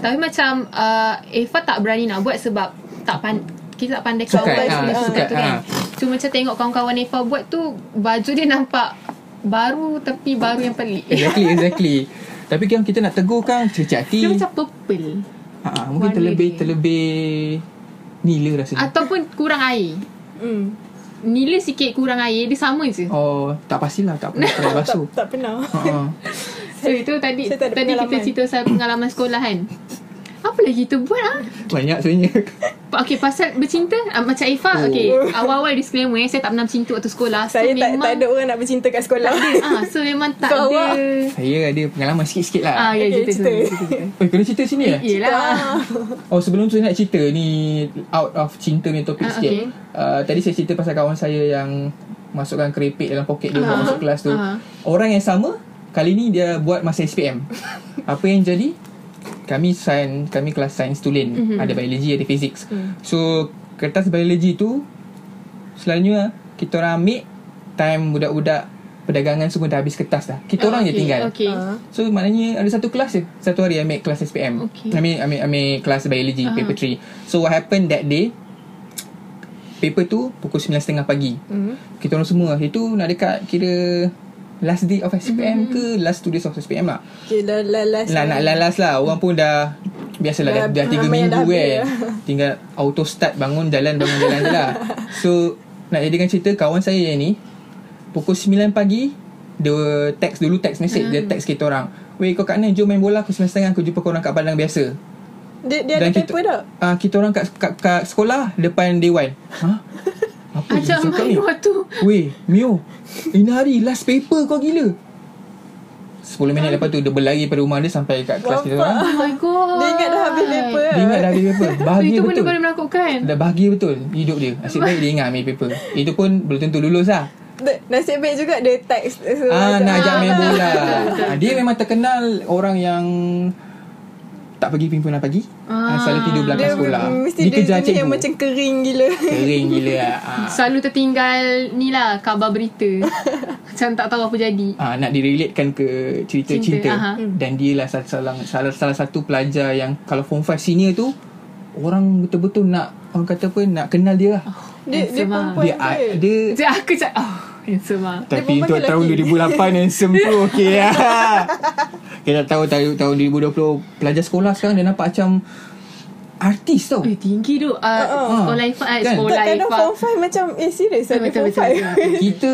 A: Tapi macam uh, Eva tak berani nak buat sebab tak pan kita tak pandai
C: Sukat,
A: kawan
C: ha,
A: semua
C: sukat,
A: tu kan.
C: ha.
A: Cuma macam tengok kawan-kawan Eva buat tu baju dia nampak baru tapi baru yang pelik.
C: Exactly, exactly. Tapi kan kita nak tegur kan, cerca hati.
A: Dia macam purple
C: Ha, mungkin
A: warna
C: terlebih,
A: dia.
C: terlebih nila rasanya.
A: ataupun kurang air.
B: hmm.
A: Nila sikit kurang air dia sama je.
C: Oh, tak pastilah, tak pernah try
B: tak,
C: basuh.
B: tak pernah
C: Ha.
A: So itu tadi
B: Saya tak ada
A: tadi kita
B: pengalaman.
A: cerita pasal pengalaman sekolah kan. Apa lagi kita buat ah?
C: Banyak sebenarnya. *laughs*
A: Pa- Okay pasal bercinta uh, Macam Ifah
C: Oh.
A: oh. Okay Awal-awal disclaimer eh Saya tak pernah bercinta waktu sekolah So
B: Saya tak,
A: memang
B: tak ada orang nak bercinta kat sekolah
A: ah, So
B: *laughs*
A: memang tak
B: So,
A: ada
B: awak?
C: Saya ada pengalaman sikit-sikit
A: Ah,
C: lah.
B: *laughs*
A: ya,
B: Okay,
A: okay, cerita,
B: cerita.
A: cerita, cerita.
C: Oh, kena cerita sini lah.
A: Yelah
C: Oh, sebelum tu saya nak cerita ni out of cinta ni topik
A: Ah,
C: sikit.
A: okay.
C: Uh, tadi saya cerita pasal kawan saya yang masukkan keripik dalam poket dia uh-huh. masuk kelas tu.
A: Ah.
C: Uh-huh. Orang yang sama kali ni dia buat masa
A: *laughs*
C: SPM. Apa yang jadi? Kami sains, kami kelas sains tulen.
A: Mhm.
C: Mm-hmm. Ada biologi, ada physics.
A: Hmm.
C: Mm. So, kertas biologi tu selalunya kita orang ambil time budak-budak perdagangan semua dah habis kertas dah. Kita orang
A: okay,
C: je tinggal.
A: Okay
B: Ah.
C: So maknanya ada satu kelas je Satu hari ambil kelas SPM
A: Okay.
C: Ambil, ambil, ambil kelas biology uh-huh. paper 3 So what happened that day Paper tu pukul 9.30 pagi mm. Kita orang semua hari tu nak dekat kira Last day of SPM mm. ke Last two days of SPM lah
B: Okay lah lah lah
C: lah, Nak lah last lah Orang pun dah Biasalah dah, dah,
B: Dah-
C: tiga 3
B: ramai yang
C: minggu
B: dah habis
C: kan
B: dah.
C: Tinggal auto start Bangun jalan Bangun jalan je lah So Nak jadikan cerita Kawan saya yang ni Pukul 9 pagi Dia text dulu Text message Dia text kita orang Weh kau kat mana Jom main bola Aku 9.30 Aku jumpa korang kat padang biasa
B: Dia, dia ada paper tak?
C: Ah, kita orang kat, kat, kat sekolah Depan Dewan Hah? Apa yang
A: Ajak
C: cakap
A: main
C: ni?
A: waktu
C: Weh Mio Ini hari last paper kau gila 10 minit lepas tu Dia berlari pada rumah dia Sampai kat kelas kita orang
A: Oh my god
B: Dia ingat dah habis paper
C: Dia ingat dah habis paper Bahagia
A: Itu benda
C: betul
A: paling menakutkan
C: Dah bahagia betul Hidup dia Asyik baik dia ingat ambil paper Itu pun belum tentu lulus lah
B: Da- Nasib baik juga dia text so,
C: Ah, nak ajak
A: Ah,
C: main
A: betul,
C: bola
A: betul, betul,
C: Ah, Dia memang terkenal Orang yang Tak pergi pimpinan pagi ah, Selalu tidur belakang
B: Dia
C: sekolah
B: mesti dia,
C: Dikejar
B: dia
C: cikgu
B: yang macam kering
A: *laughs*
B: gila
C: Kering gila ah.
A: Selalu tertinggal Ni lah Khabar
B: *laughs*
A: berita Macam tak tahu apa jadi
C: ah, Nak direlatekan ke Cerita
A: Cinta,
C: cinta,
A: aha.
C: Dan dia lah salah, salah, salah, salah satu pelajar Yang kalau form 5 senior tu Orang betul-betul nak Orang kata apa Nak kenal dia lah
B: Dia, dia
A: Handsome ah.
B: perempuan
C: Dia,
B: ke?
C: dia
A: Sekejap aku cakap Oh handsome lah
C: Tapi
B: perempuan
C: untuk
B: ke
C: tahun
B: lelaki?
C: 2008 handsome tu okey lah. Kita tahu tahun, tahun 2020 pelajar sekolah sekarang dia nampak macam artis tau.
A: Eh tinggi tu uh, Sekolah Ifah eh,
C: Kan?
A: Sekolah
B: Kadang-kadang
A: Ifah
B: Uh-uh. form 5 macam Eh serius ada
A: Betul,
B: form
A: betul,
B: 5
C: Kita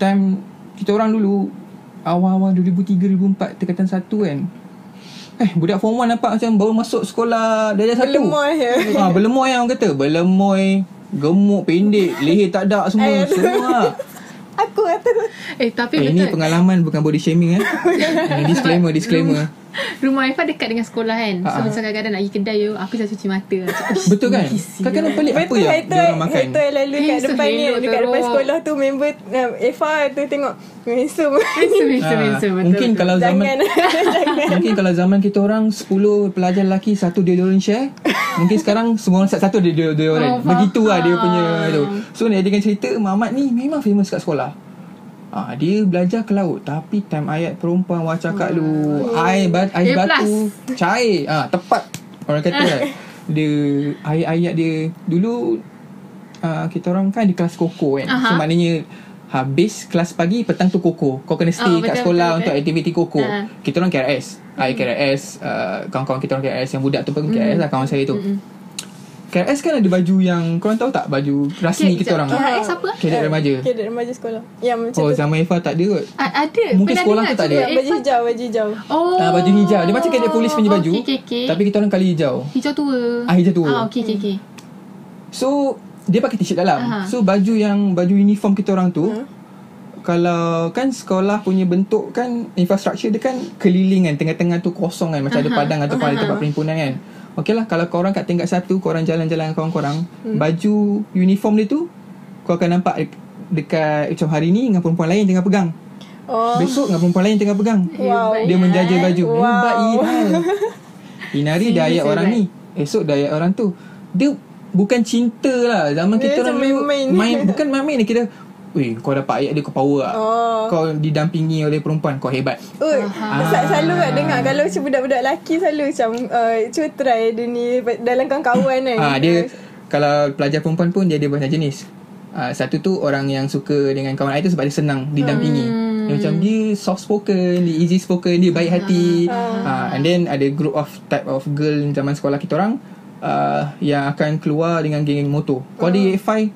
C: time kita orang dulu awal-awal 2003 2004 tingkatan 1 kan. Eh budak form 1 nampak macam baru masuk sekolah darjah 1.
B: Lemoy ya
C: ha, Berlemoy yang orang kata Berlemoy Gemuk pendek Leher tak ada Semua
B: Ayah tu.
C: Semua lah.
B: *laughs* Aku kata
A: Eh tapi
C: eh,
A: betul
C: Ini pengalaman Bukan body shaming eh.
A: *laughs*
C: Ini disclaimer Disclaimer Ah.
A: Rumah Aifah dekat dengan sekolah kan So
C: Ha-ha.
A: macam kadang-kadang nak pergi kedai yo, Aku macam cuci
C: *laughs*
A: mata
C: Betul kan? Kadang-kadang pelik apa
B: Betul
C: yang
B: hater
C: dia orang makan.
B: Hater lalu kat
A: Handsome,
B: depan ni
A: elok,
B: Dekat depan
A: teruk.
B: sekolah tu Member um, Eva tu tengok *laughs*
A: Handsome
B: Handsome
C: Ah,
A: handsome handsome betul,
C: mungkin
A: betul.
C: kalau zaman
B: Jangan *laughs* Jangan
C: mungkin kalau zaman kita orang 10 pelajar lelaki satu dia orang share mungkin sekarang semua orang satu dia dia, dia orang
A: Oh,
C: begitulah dia
A: faham.
C: punya tu so nak jadikan cerita Mamat ni memang famous kat sekolah Ah, dia belajar ke laut tapi time ayat perempuan wah cakap lu air bat
A: Hmm.
C: air
A: A plus.
C: batu cair. Ah, tepat. Orang kata
A: *laughs*
C: kan. Dia ayat-ayat dia dulu ah, kita orang kan di kelas koko kan. So
A: Aha.
C: maknanya habis kelas pagi petang tu koko. Kau kena
A: Oh,
C: stay kat
A: betul,
C: sekolah
A: betul,
C: untuk
A: betul.
C: aktiviti koko.
A: Ah.
C: Kita orang KRS. Ai KRS ah, kawan-kawan kita orang KRS yang budak tu pun KRS lah kawan saya tu. KRS kan ada baju yang korang tahu tak baju rasmi kita orang.
A: KRS apa?
C: Kadet remaja.
B: Kedek remaja sekolah. Ya macam
C: Oh
B: tu.
C: zaman Ifah tak ada kot
A: A- Ah, ada.
C: Mungkin
A: Pernah
C: sekolah
A: dengar
C: tu tak
A: juga.
C: ada.
A: Eh,
B: Baju hijau, baju hijau.
A: Oh.
C: Ah, baju hijau. Dia macam kedai polis punya baju.
A: Okey, okey, okey.
C: Tapi kita orang kali hijau.
A: hijau tua.
C: Ah, hijau tua.
A: Ah, okey, okey, okey. *laughs*
C: So dia pakai t-shirt dalam.
A: Aha.
C: So baju yang baju uniform kita orang tu
B: Hmm.
C: kalau kan sekolah punya bentuk kan infrastruktur dia kan keliling kan tengah-tengah tu kosong kan macam ada padang atau ada tempat perhimpunan kan. Okey lah kalau korang kat tingkat satu korang jalan-jalan dengan kawan-korang
B: Hmm.
C: baju uniform dia tu kau akan nampak dek- dekat macam hari ni dengan perempuan lain tengah pegang.
B: Oh.
C: Besok dengan perempuan lain tengah pegang.
B: Wow.
C: Dia menjaja baju
B: Wow.
C: Hebat Ihan
B: *laughs*
C: Inari dah ayat
A: Serious,
C: orang ni Esok dah ayat orang tu Dia Bukan cinta lah Zaman
B: Dia macam
C: kita orang dulu
B: main-main.
C: main
B: *laughs*
C: Bukan main-main ni Kita Weh kau dapat ayat dia Kau power lah
B: Oh.
C: Kau didampingi oleh perempuan Kau hebat
B: Oi,
C: Aha.
B: sel- selalu kat dengar kalau macam budak-budak lelaki selalu macam uh, cuba try dia ni dalam kawan-kawan kan.
C: ha, Dia Kalau pelajar perempuan pun Dia ada banyak jenis ha, Satu tu orang yang suka Dengan kawan ayat tu Sebab dia senang Didampingi
B: Hmm.
C: dia Macam dia soft spoken Dia easy spoken Dia baik hati
B: Ah,
C: ha, And then ada group of Type of girl Zaman sekolah kita orang uh, Yang akan keluar Dengan geng-geng motor Kau
B: Oh.
C: ada AFI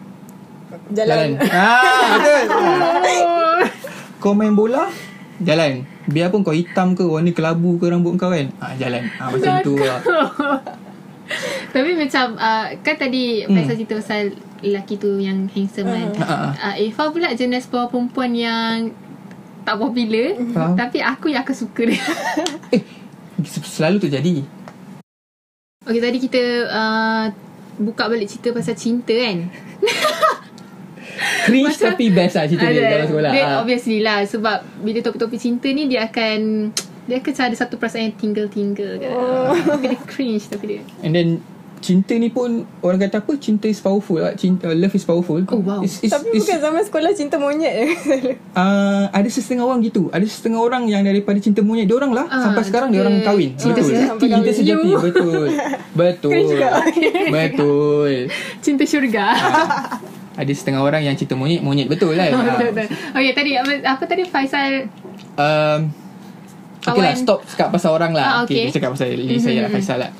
B: jalan.
C: Jalan ah, Betul *laughs* Kau main bola Jalan Biar pun kau hitam ke Warna kelabu ke rambut kau kan ha, Jalan ha, Macam tu lah
A: Tapi macam uh, kan tadi Faisal cerita pasal lelaki tu yang handsome kan.
C: Hmm. Ah, ah, ah.
A: Uh, Eva pula jenis perempuan yang tak popular
C: Faham.
A: tapi aku yang aku suka dia. *laughs*
C: Eh Selalu tu jadi
A: Okey tadi kita uh, buka balik cerita pasal cinta kan.
C: Cringe
A: Macam-
C: tapi best lah cerita dia
A: Ada.
C: dalam sekolah.
A: Dia
C: Ah.
A: obviously lah sebab bila topik-topik cinta ni dia akan dia akan ada satu perasaan yang tinggal-tinggal kan. Tapi dia cringe tapi dia.
C: And then cinta ni pun orang kata apa cinta is powerful lah. cinta uh, love is powerful
A: Oh, wow.
C: it's, it's,
B: Tapi
C: it's,
B: bukan zaman sekolah cinta monyet *laughs* je. Selalu.
C: uh, ada setengah orang gitu ada setengah orang yang daripada cinta monyet dia orang lah
A: Ah,
C: sampai sekarang dia
A: cinta-
C: orang kahwin
A: cinta
C: betul
A: sejati.
C: cinta sejati
A: You. *laughs*
C: betul betul
B: Cringe juga.
C: betul
A: Cinta syurga.
C: ada setengah orang yang cinta monyet monyet Ah, betul *laughs* kan Ah.
A: Okey tadi apa, apa tadi Faisal
C: um, Okay lah
A: Kawan-
C: stop cakap pasal orang lah
A: Ah,
C: okay.
A: okay. mm-hmm.
C: okay Kita cakap pasal diri saya lah Faisal lah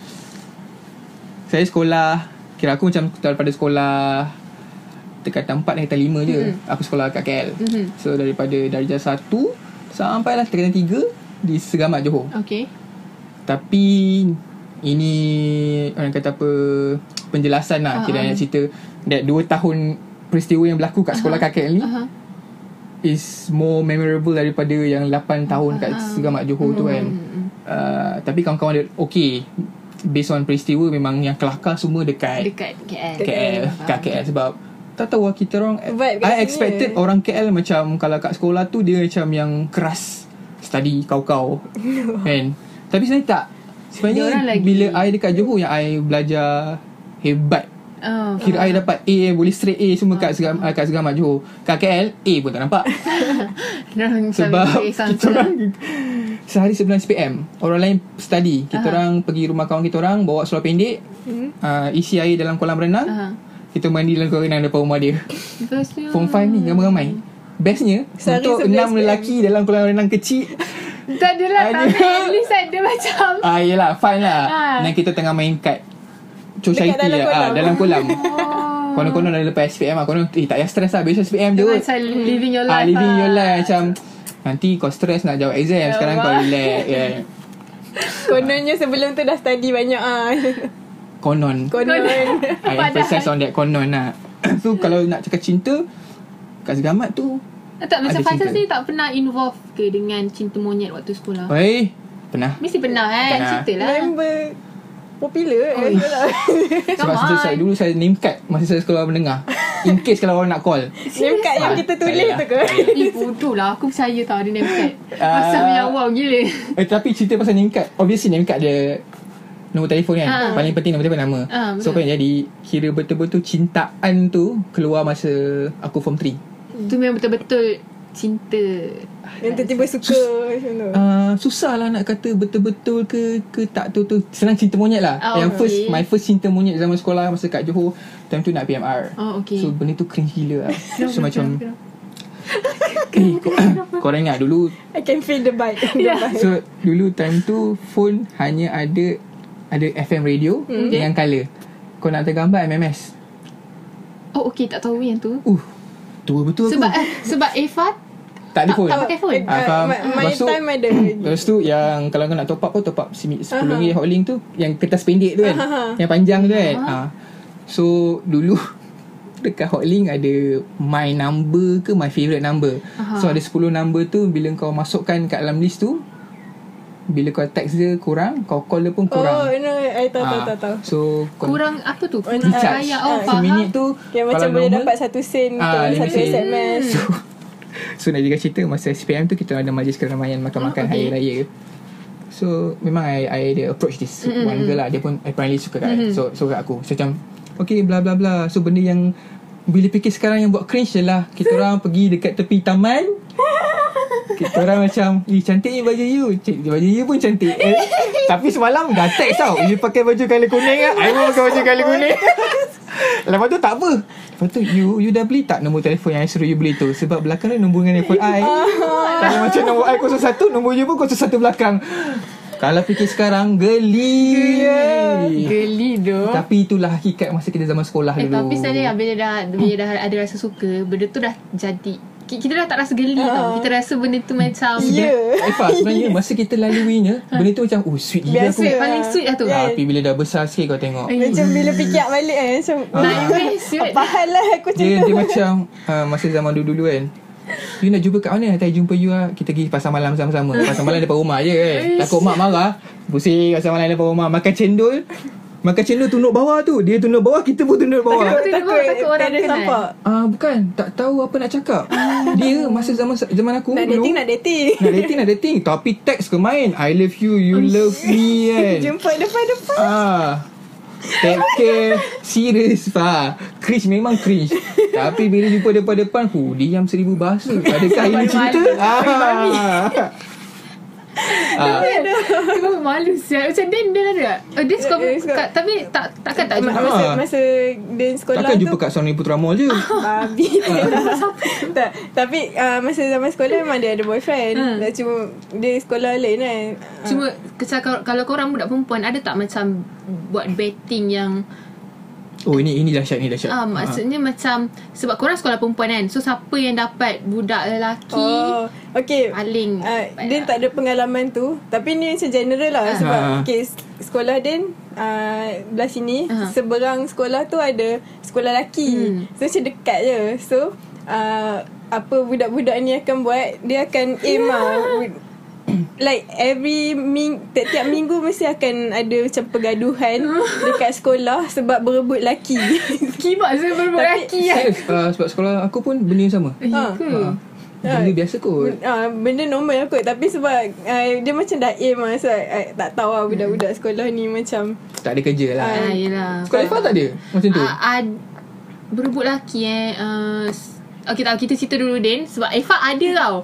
C: Saya sekolah Kira aku macam daripada sekolah Tekatan 4 dan tekatan 5 je
A: Mm-hmm.
C: Aku sekolah kat KL So daripada darjah 1 Sampailah tekatan 3 Di Segamat Johor
A: okey.
C: Tapi Ini Orang kata apa Penjelasan lah Kira uh-huh. cerita That 2 tahun Peristiwa yang berlaku kat sekolah uh-huh. KL ni
A: Aha.
C: is more memorable daripada yang 8 tahun kat Segamat Johor tu kan. Uh, tapi kawan-kawan dia okay based on peristiwa memang yang kelakar semua dekat
A: Dekat eh. KL.
C: KL, kat KL sebab tak tahu lah kita orang
B: Vibe kat
C: I
B: sini.
C: expected orang KL macam kalau kat sekolah tu dia macam yang keras study kau-kau kan. Tapi sebenarnya tak.
A: Dia orang
C: Sebenarnya
A: lagi-
C: bila I dekat Johor yang I belajar hebat
A: Oh.
C: Kira I dapat A eh, Boleh straight A Semua kat, segam, ah, kat Segamat Johor Kat KL A pun tak nampak
A: Dorang eh,
C: Sebab
A: sampai
C: kita
A: sangsa.
C: orang Sehari sebelum SPM Orang lain study Kita
A: Aha.
C: orang pergi rumah kawan kita orang Bawa seluar pendek uh, Isi air dalam kolam renang
A: Aha.
C: Kita mandi dalam kolam renang Depan rumah dia
A: Lepas tu
C: Form 5 ni ramai-ramai Bestnya
B: Sehari
C: Untuk
B: sebelum
C: 6
B: SPM.
C: lelaki Dalam kolam renang
B: *laughs*
C: kecil
A: Tak ada lah
C: Ada.
A: Tapi at least ada
C: *laughs*
A: macam
C: Ah yelah fun lah
A: Ah.
C: Dan kita tengah main kad Cuci
B: Dekat dalam
C: lah ah,
B: kolam.
C: Dalam kolam Konon-konon dah lepas SPM lah Konon eh, tak payah stress lah Besok SPM je kot.
A: Macam living your life
C: ah, Living
A: lah.
C: your life Macam Nanti kau stress nak jawab
B: Ya
C: exam Sekarang kau
B: Wah. *laughs*
C: relax yeah.
B: Kononnya sebelum tu dah study banyak ah. *laughs*
C: Konon Ah,
B: Konon.
C: I emphasize on that konon lah *coughs* So kalau nak cakap cinta Kat segamat tu
A: Eh, Tak macam
C: Ada
A: Faisal
C: cinta.
A: sendiri tak pernah involve ke Dengan cinta monyet waktu
B: Ah.
A: sekolah
C: Oi Pernah
A: Mesti pernah kan
C: Eh? Pernah.
A: Cerita lah
B: *laughs* Member popular
A: Oh,
B: eh. *laughs*
A: Come
C: Sebab saya, saya,
A: on
C: dulu saya name card Masa saya sekolah menengah In case kalau orang nak call
B: Name card yang
C: Ah,
B: kita
C: tak
B: tulis
C: payah,
B: tu kan. ke.
C: tak payah.
A: Eh bodoh lah Aku percaya tau Dia name tag
C: Ah.
A: Pasal yang wow gila
C: Eh tapi cerita pasal name card Obviously name card dia Nombor telefon kan
A: Ah.
C: Paling penting nombor telefon nama
A: Ah,
C: So kan jadi Kira betul-betul cintaan tu Keluar masa Aku form 3
A: Tu memang betul-betul cinta
B: Yang tiba-tiba suka macam tu.
C: Uh, susah lah nak kata betul-betul ke ke tak tu tu senang cinta monyet lah
A: Oh,
C: yang
A: okay.
C: first my first cinta monyet zaman sekolah masa kat Johor time tu nak PMR
A: Oh, okay.
C: so benda tu cringe gila lah
A: Kenapa,
C: so macam
A: kenapa,
C: eh, kor- *coughs* korang ingat dulu
B: I can feel the bite.
A: *laughs* Yeah.
B: *laughs* The bite.
C: so dulu time tu phone hanya ada ada FM radio
B: Hmm.
C: dengan color kau nak tergambar MMS
A: kenapa? Oh okay tak tahu yang tu
C: uh tua betul
A: Sebab
C: aku
A: eh, sebab Efat
C: tak ada phone
A: tak pakai phone.
B: Uh,
C: Ah, faham.
B: my, my
C: Lepas tu-
B: time ada.
C: Lepas tu yang kalau kau nak top up kau top up RM10
B: Aha.
C: uh-huh. hotlink tu yang kertas pendek tu kan.
B: Aha.
C: Yang panjang tu kan.
A: Aha.
C: Ha. So dulu *laughs* dekat hotlink ada my number ke my favourite number.
A: Aha.
C: So ada 10 number tu bila kau masukkan kat dalam list tu bila kau text dia kurang, kau call dia pun
B: oh,
C: kurang.
B: no, I tahu, tahu,
C: Ah,
B: tahu, tahu.
C: So kau
A: kurang apa tu? Kurang
C: recharge.
A: kaya oh
B: Ah,
C: so, minit
A: faham.
C: tu
B: Yang macam boleh dapat satu sen
C: Ah,
B: ah,
C: lima
B: satu
C: sen. Hmm.
B: SMS.
C: *laughs* So, so nak juga cerita Masa SPM tu Kita ada majlis keramaian Makan-makan
A: Oh, okay.
C: Hari Raya So memang I, I ada approach this mm-hmm. One girl lah Dia pun apparently suka kat mm-hmm. so, so kat aku So macam Okay bla bla bla So benda yang Bila fikir sekarang Yang buat cringe je lah Kita orang pergi dekat tepi taman Kita orang macam Eh cantik ni baju you Cik, Baju you pun cantik eh, Tapi semalam dah text tau You pakai baju colour kuning lah I pun pakai baju colour kuning *laughs* Lepas tu tak apa Lepas tu you You dah beli tak Nombor telefon yang I suruh you beli tu Sebab belakang dia nombor dengan telefon I Kalau macam nombor I 01 Nombor you pun 01 belakang Kalau fikir sekarang Geli
A: Geli tu.
C: Tapi itulah hakikat Masa kita zaman sekolah
A: Eh,
C: dulu
A: tapi sebenarnya bila dah bila dah ada rasa suka, benda tu dah jadi ki- kita dah tak rasa geli tau. Kita rasa benda tu macam
B: Ah. Ya.
C: Aifah sebenarnya Masa kita laluinya Benda tu macam Oh sweet
B: Biasa.
C: gila aku
A: sweet, paling sweet lah tu.
B: Ya.
C: Tapi bila dah besar sikit kau tengok
A: Eh,
B: Macam bila fikir balik eh,
A: *laughs*
B: macam
A: Nightmare sweet.
B: apa hal lah aku macam
C: Dia
B: tu.
C: dia macam uh, Masa zaman dulu-dulu kan You nak jumpa kat mana Nanti I jumpa you lah Kita pergi pasar malam sama-sama Pasar malam depan rumah je kan Takut mak marah Pusing pasar malam depan rumah Makan cendol Makan cendol tunduk bawah tu Dia tunduk bawah Kita pun tunduk bawah
A: "Oh, Takut.
B: Takut,
A: Takut orang
B: tak ada
A: kenal.
B: nampak.
C: Ah uh, bukan tak tahu apa nak cakap. Dia masa zaman zaman aku
B: Ah. Nak
C: dulu
B: dating, nak dating.
C: nak dating nak dating tapi teks ke main I love you you love me
B: *laughs*
C: kan.
B: Jumpa depan-depan.
C: Ah. Take care Serious Fah Cringe memang cringe Tapi bila jumpa depan-depan Ku diam seribu bahasa Adakah ini cerita? Ah.
A: *laughs*
C: Ah.
A: Aku malu siap Macam Dan Dan ada tak? Oh, Dia suka
B: Ya, dia suka.
A: kat- Tapi tak takkan tak
B: Ma-
A: jumpa
B: Masa,
C: Ah.
B: masa dia sekolah
A: lah
C: Takkan
B: tu.
C: jumpa kat Sony Putra Mall je
A: Ah. *laughs*
B: Babi *laughs* tak, Tapi uh, masa zaman sekolah memang dia ada boyfriend
A: Hmm.
B: Dah Cuma dia sekolah lain kan Ah.
A: Cuma kecakap- Kalau korang budak perempuan Ada tak macam Buat betting yang
C: Oh ini ini dahsyat ni dahsyat
A: ah, Maksudnya macam Sebab korang sekolah perempuan kan So siapa yang dapat Budak lelaki Ah,
B: Oh, okay.
A: Paling
B: Uh,
A: baik
B: Din
A: lah.
B: tak ada pengalaman tu Tapi ni macam general lah Sebab
C: Ah.
B: okay, s- Sekolah Din uh, Belah sini
A: Ah.
B: Seberang sekolah tu ada Sekolah lelaki
A: Hmm.
B: So macam dekat je So uh, Apa budak-budak ni akan buat Dia akan aim lah Like every ming, Tiap-tiap minggu Mesti akan ada Macam pergaduhan Dekat sekolah Sebab berebut lelaki *laughs*
A: Kibat saya berbuk
B: Tapi-
A: lelaki kan
C: Serius ah, Sebab sekolah aku pun Benda yang sama
A: Eh, ya
B: Ah.
A: ke?
C: Ah. Benda biasa kot
B: Uh, benda normal lah kot Tapi sebab uh, Dia macam dah aim lah so, I, I tak tahu lah Budak-budak sekolah ni macam
C: Tak ada kerja lah
A: Ah, yelah
C: Sekolah Ifah tak ada Macam tu
A: Ah, ad, berebut lelaki eh. Uh, okay tak, kita cerita dulu Din. Sebab Efak ada tau.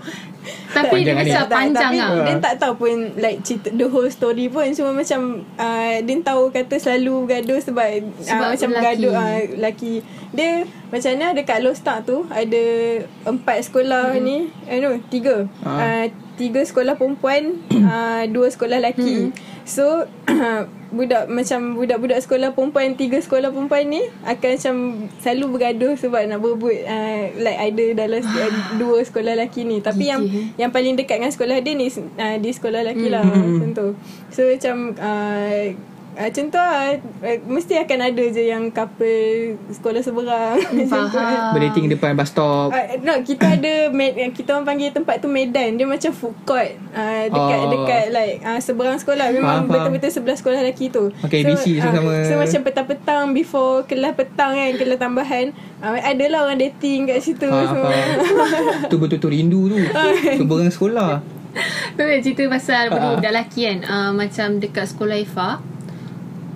A: Tapi dia
C: Panjang ni.
A: macam
B: tak,
A: panjang
B: Tapi *laughs*
A: lah.
B: Dia tak tahu pun Like cerita, the whole story pun Cuma macam uh, Dia tahu kata selalu bergaduh Sebab,
A: Sebab
B: uh, Macam
A: lelaki.
B: bergaduh uh, Lelaki Dia macam mana Dekat Lostak tu Ada Empat sekolah mm-hmm. ni Eh no Tiga
C: Ah.
B: uh, Tiga sekolah perempuan uh, Dua sekolah lelaki
A: Mm-hmm.
B: So *coughs* Budak macam Budak-budak sekolah perempuan Tiga sekolah perempuan ni Akan macam Selalu bergaduh Sebab nak berebut uh, Like ada dalam
A: *sighs*
B: uh, Dua sekolah lelaki ni Tapi yang
A: Gigih, eh.
B: yang paling dekat dengan sekolah dia ni uh, di sekolah lelaki lah
C: Hmm,
B: macam tu so macam uh, uh, macam tu lah uh, mesti akan ada je yang couple sekolah seberang
C: Hmm,
B: *laughs* macam tu
A: Faham.
C: Berdating depan bus stop
B: Uh, no, kita ada med, kita orang panggil tempat tu medan. Dia macam food court. Uh, dekat
C: Oh.
B: dekat like uh, seberang sekolah.
C: Faham,
B: Memang
C: faham.
B: betul-betul sebelah sekolah lelaki tu.
C: Okay, BC
B: ah,
C: sama-sama.
B: So macam petang-petang before kelas petang kan, kelas tambahan, uh, adalah orang dating kat situ
C: Ah,
B: semua.
C: faham. tu betul-betul rindu tu Seberang sekolah
A: Tapi nak cerita pasal
C: Ah.
A: budak lelaki kan. Uh, macam dekat sekolah Efak.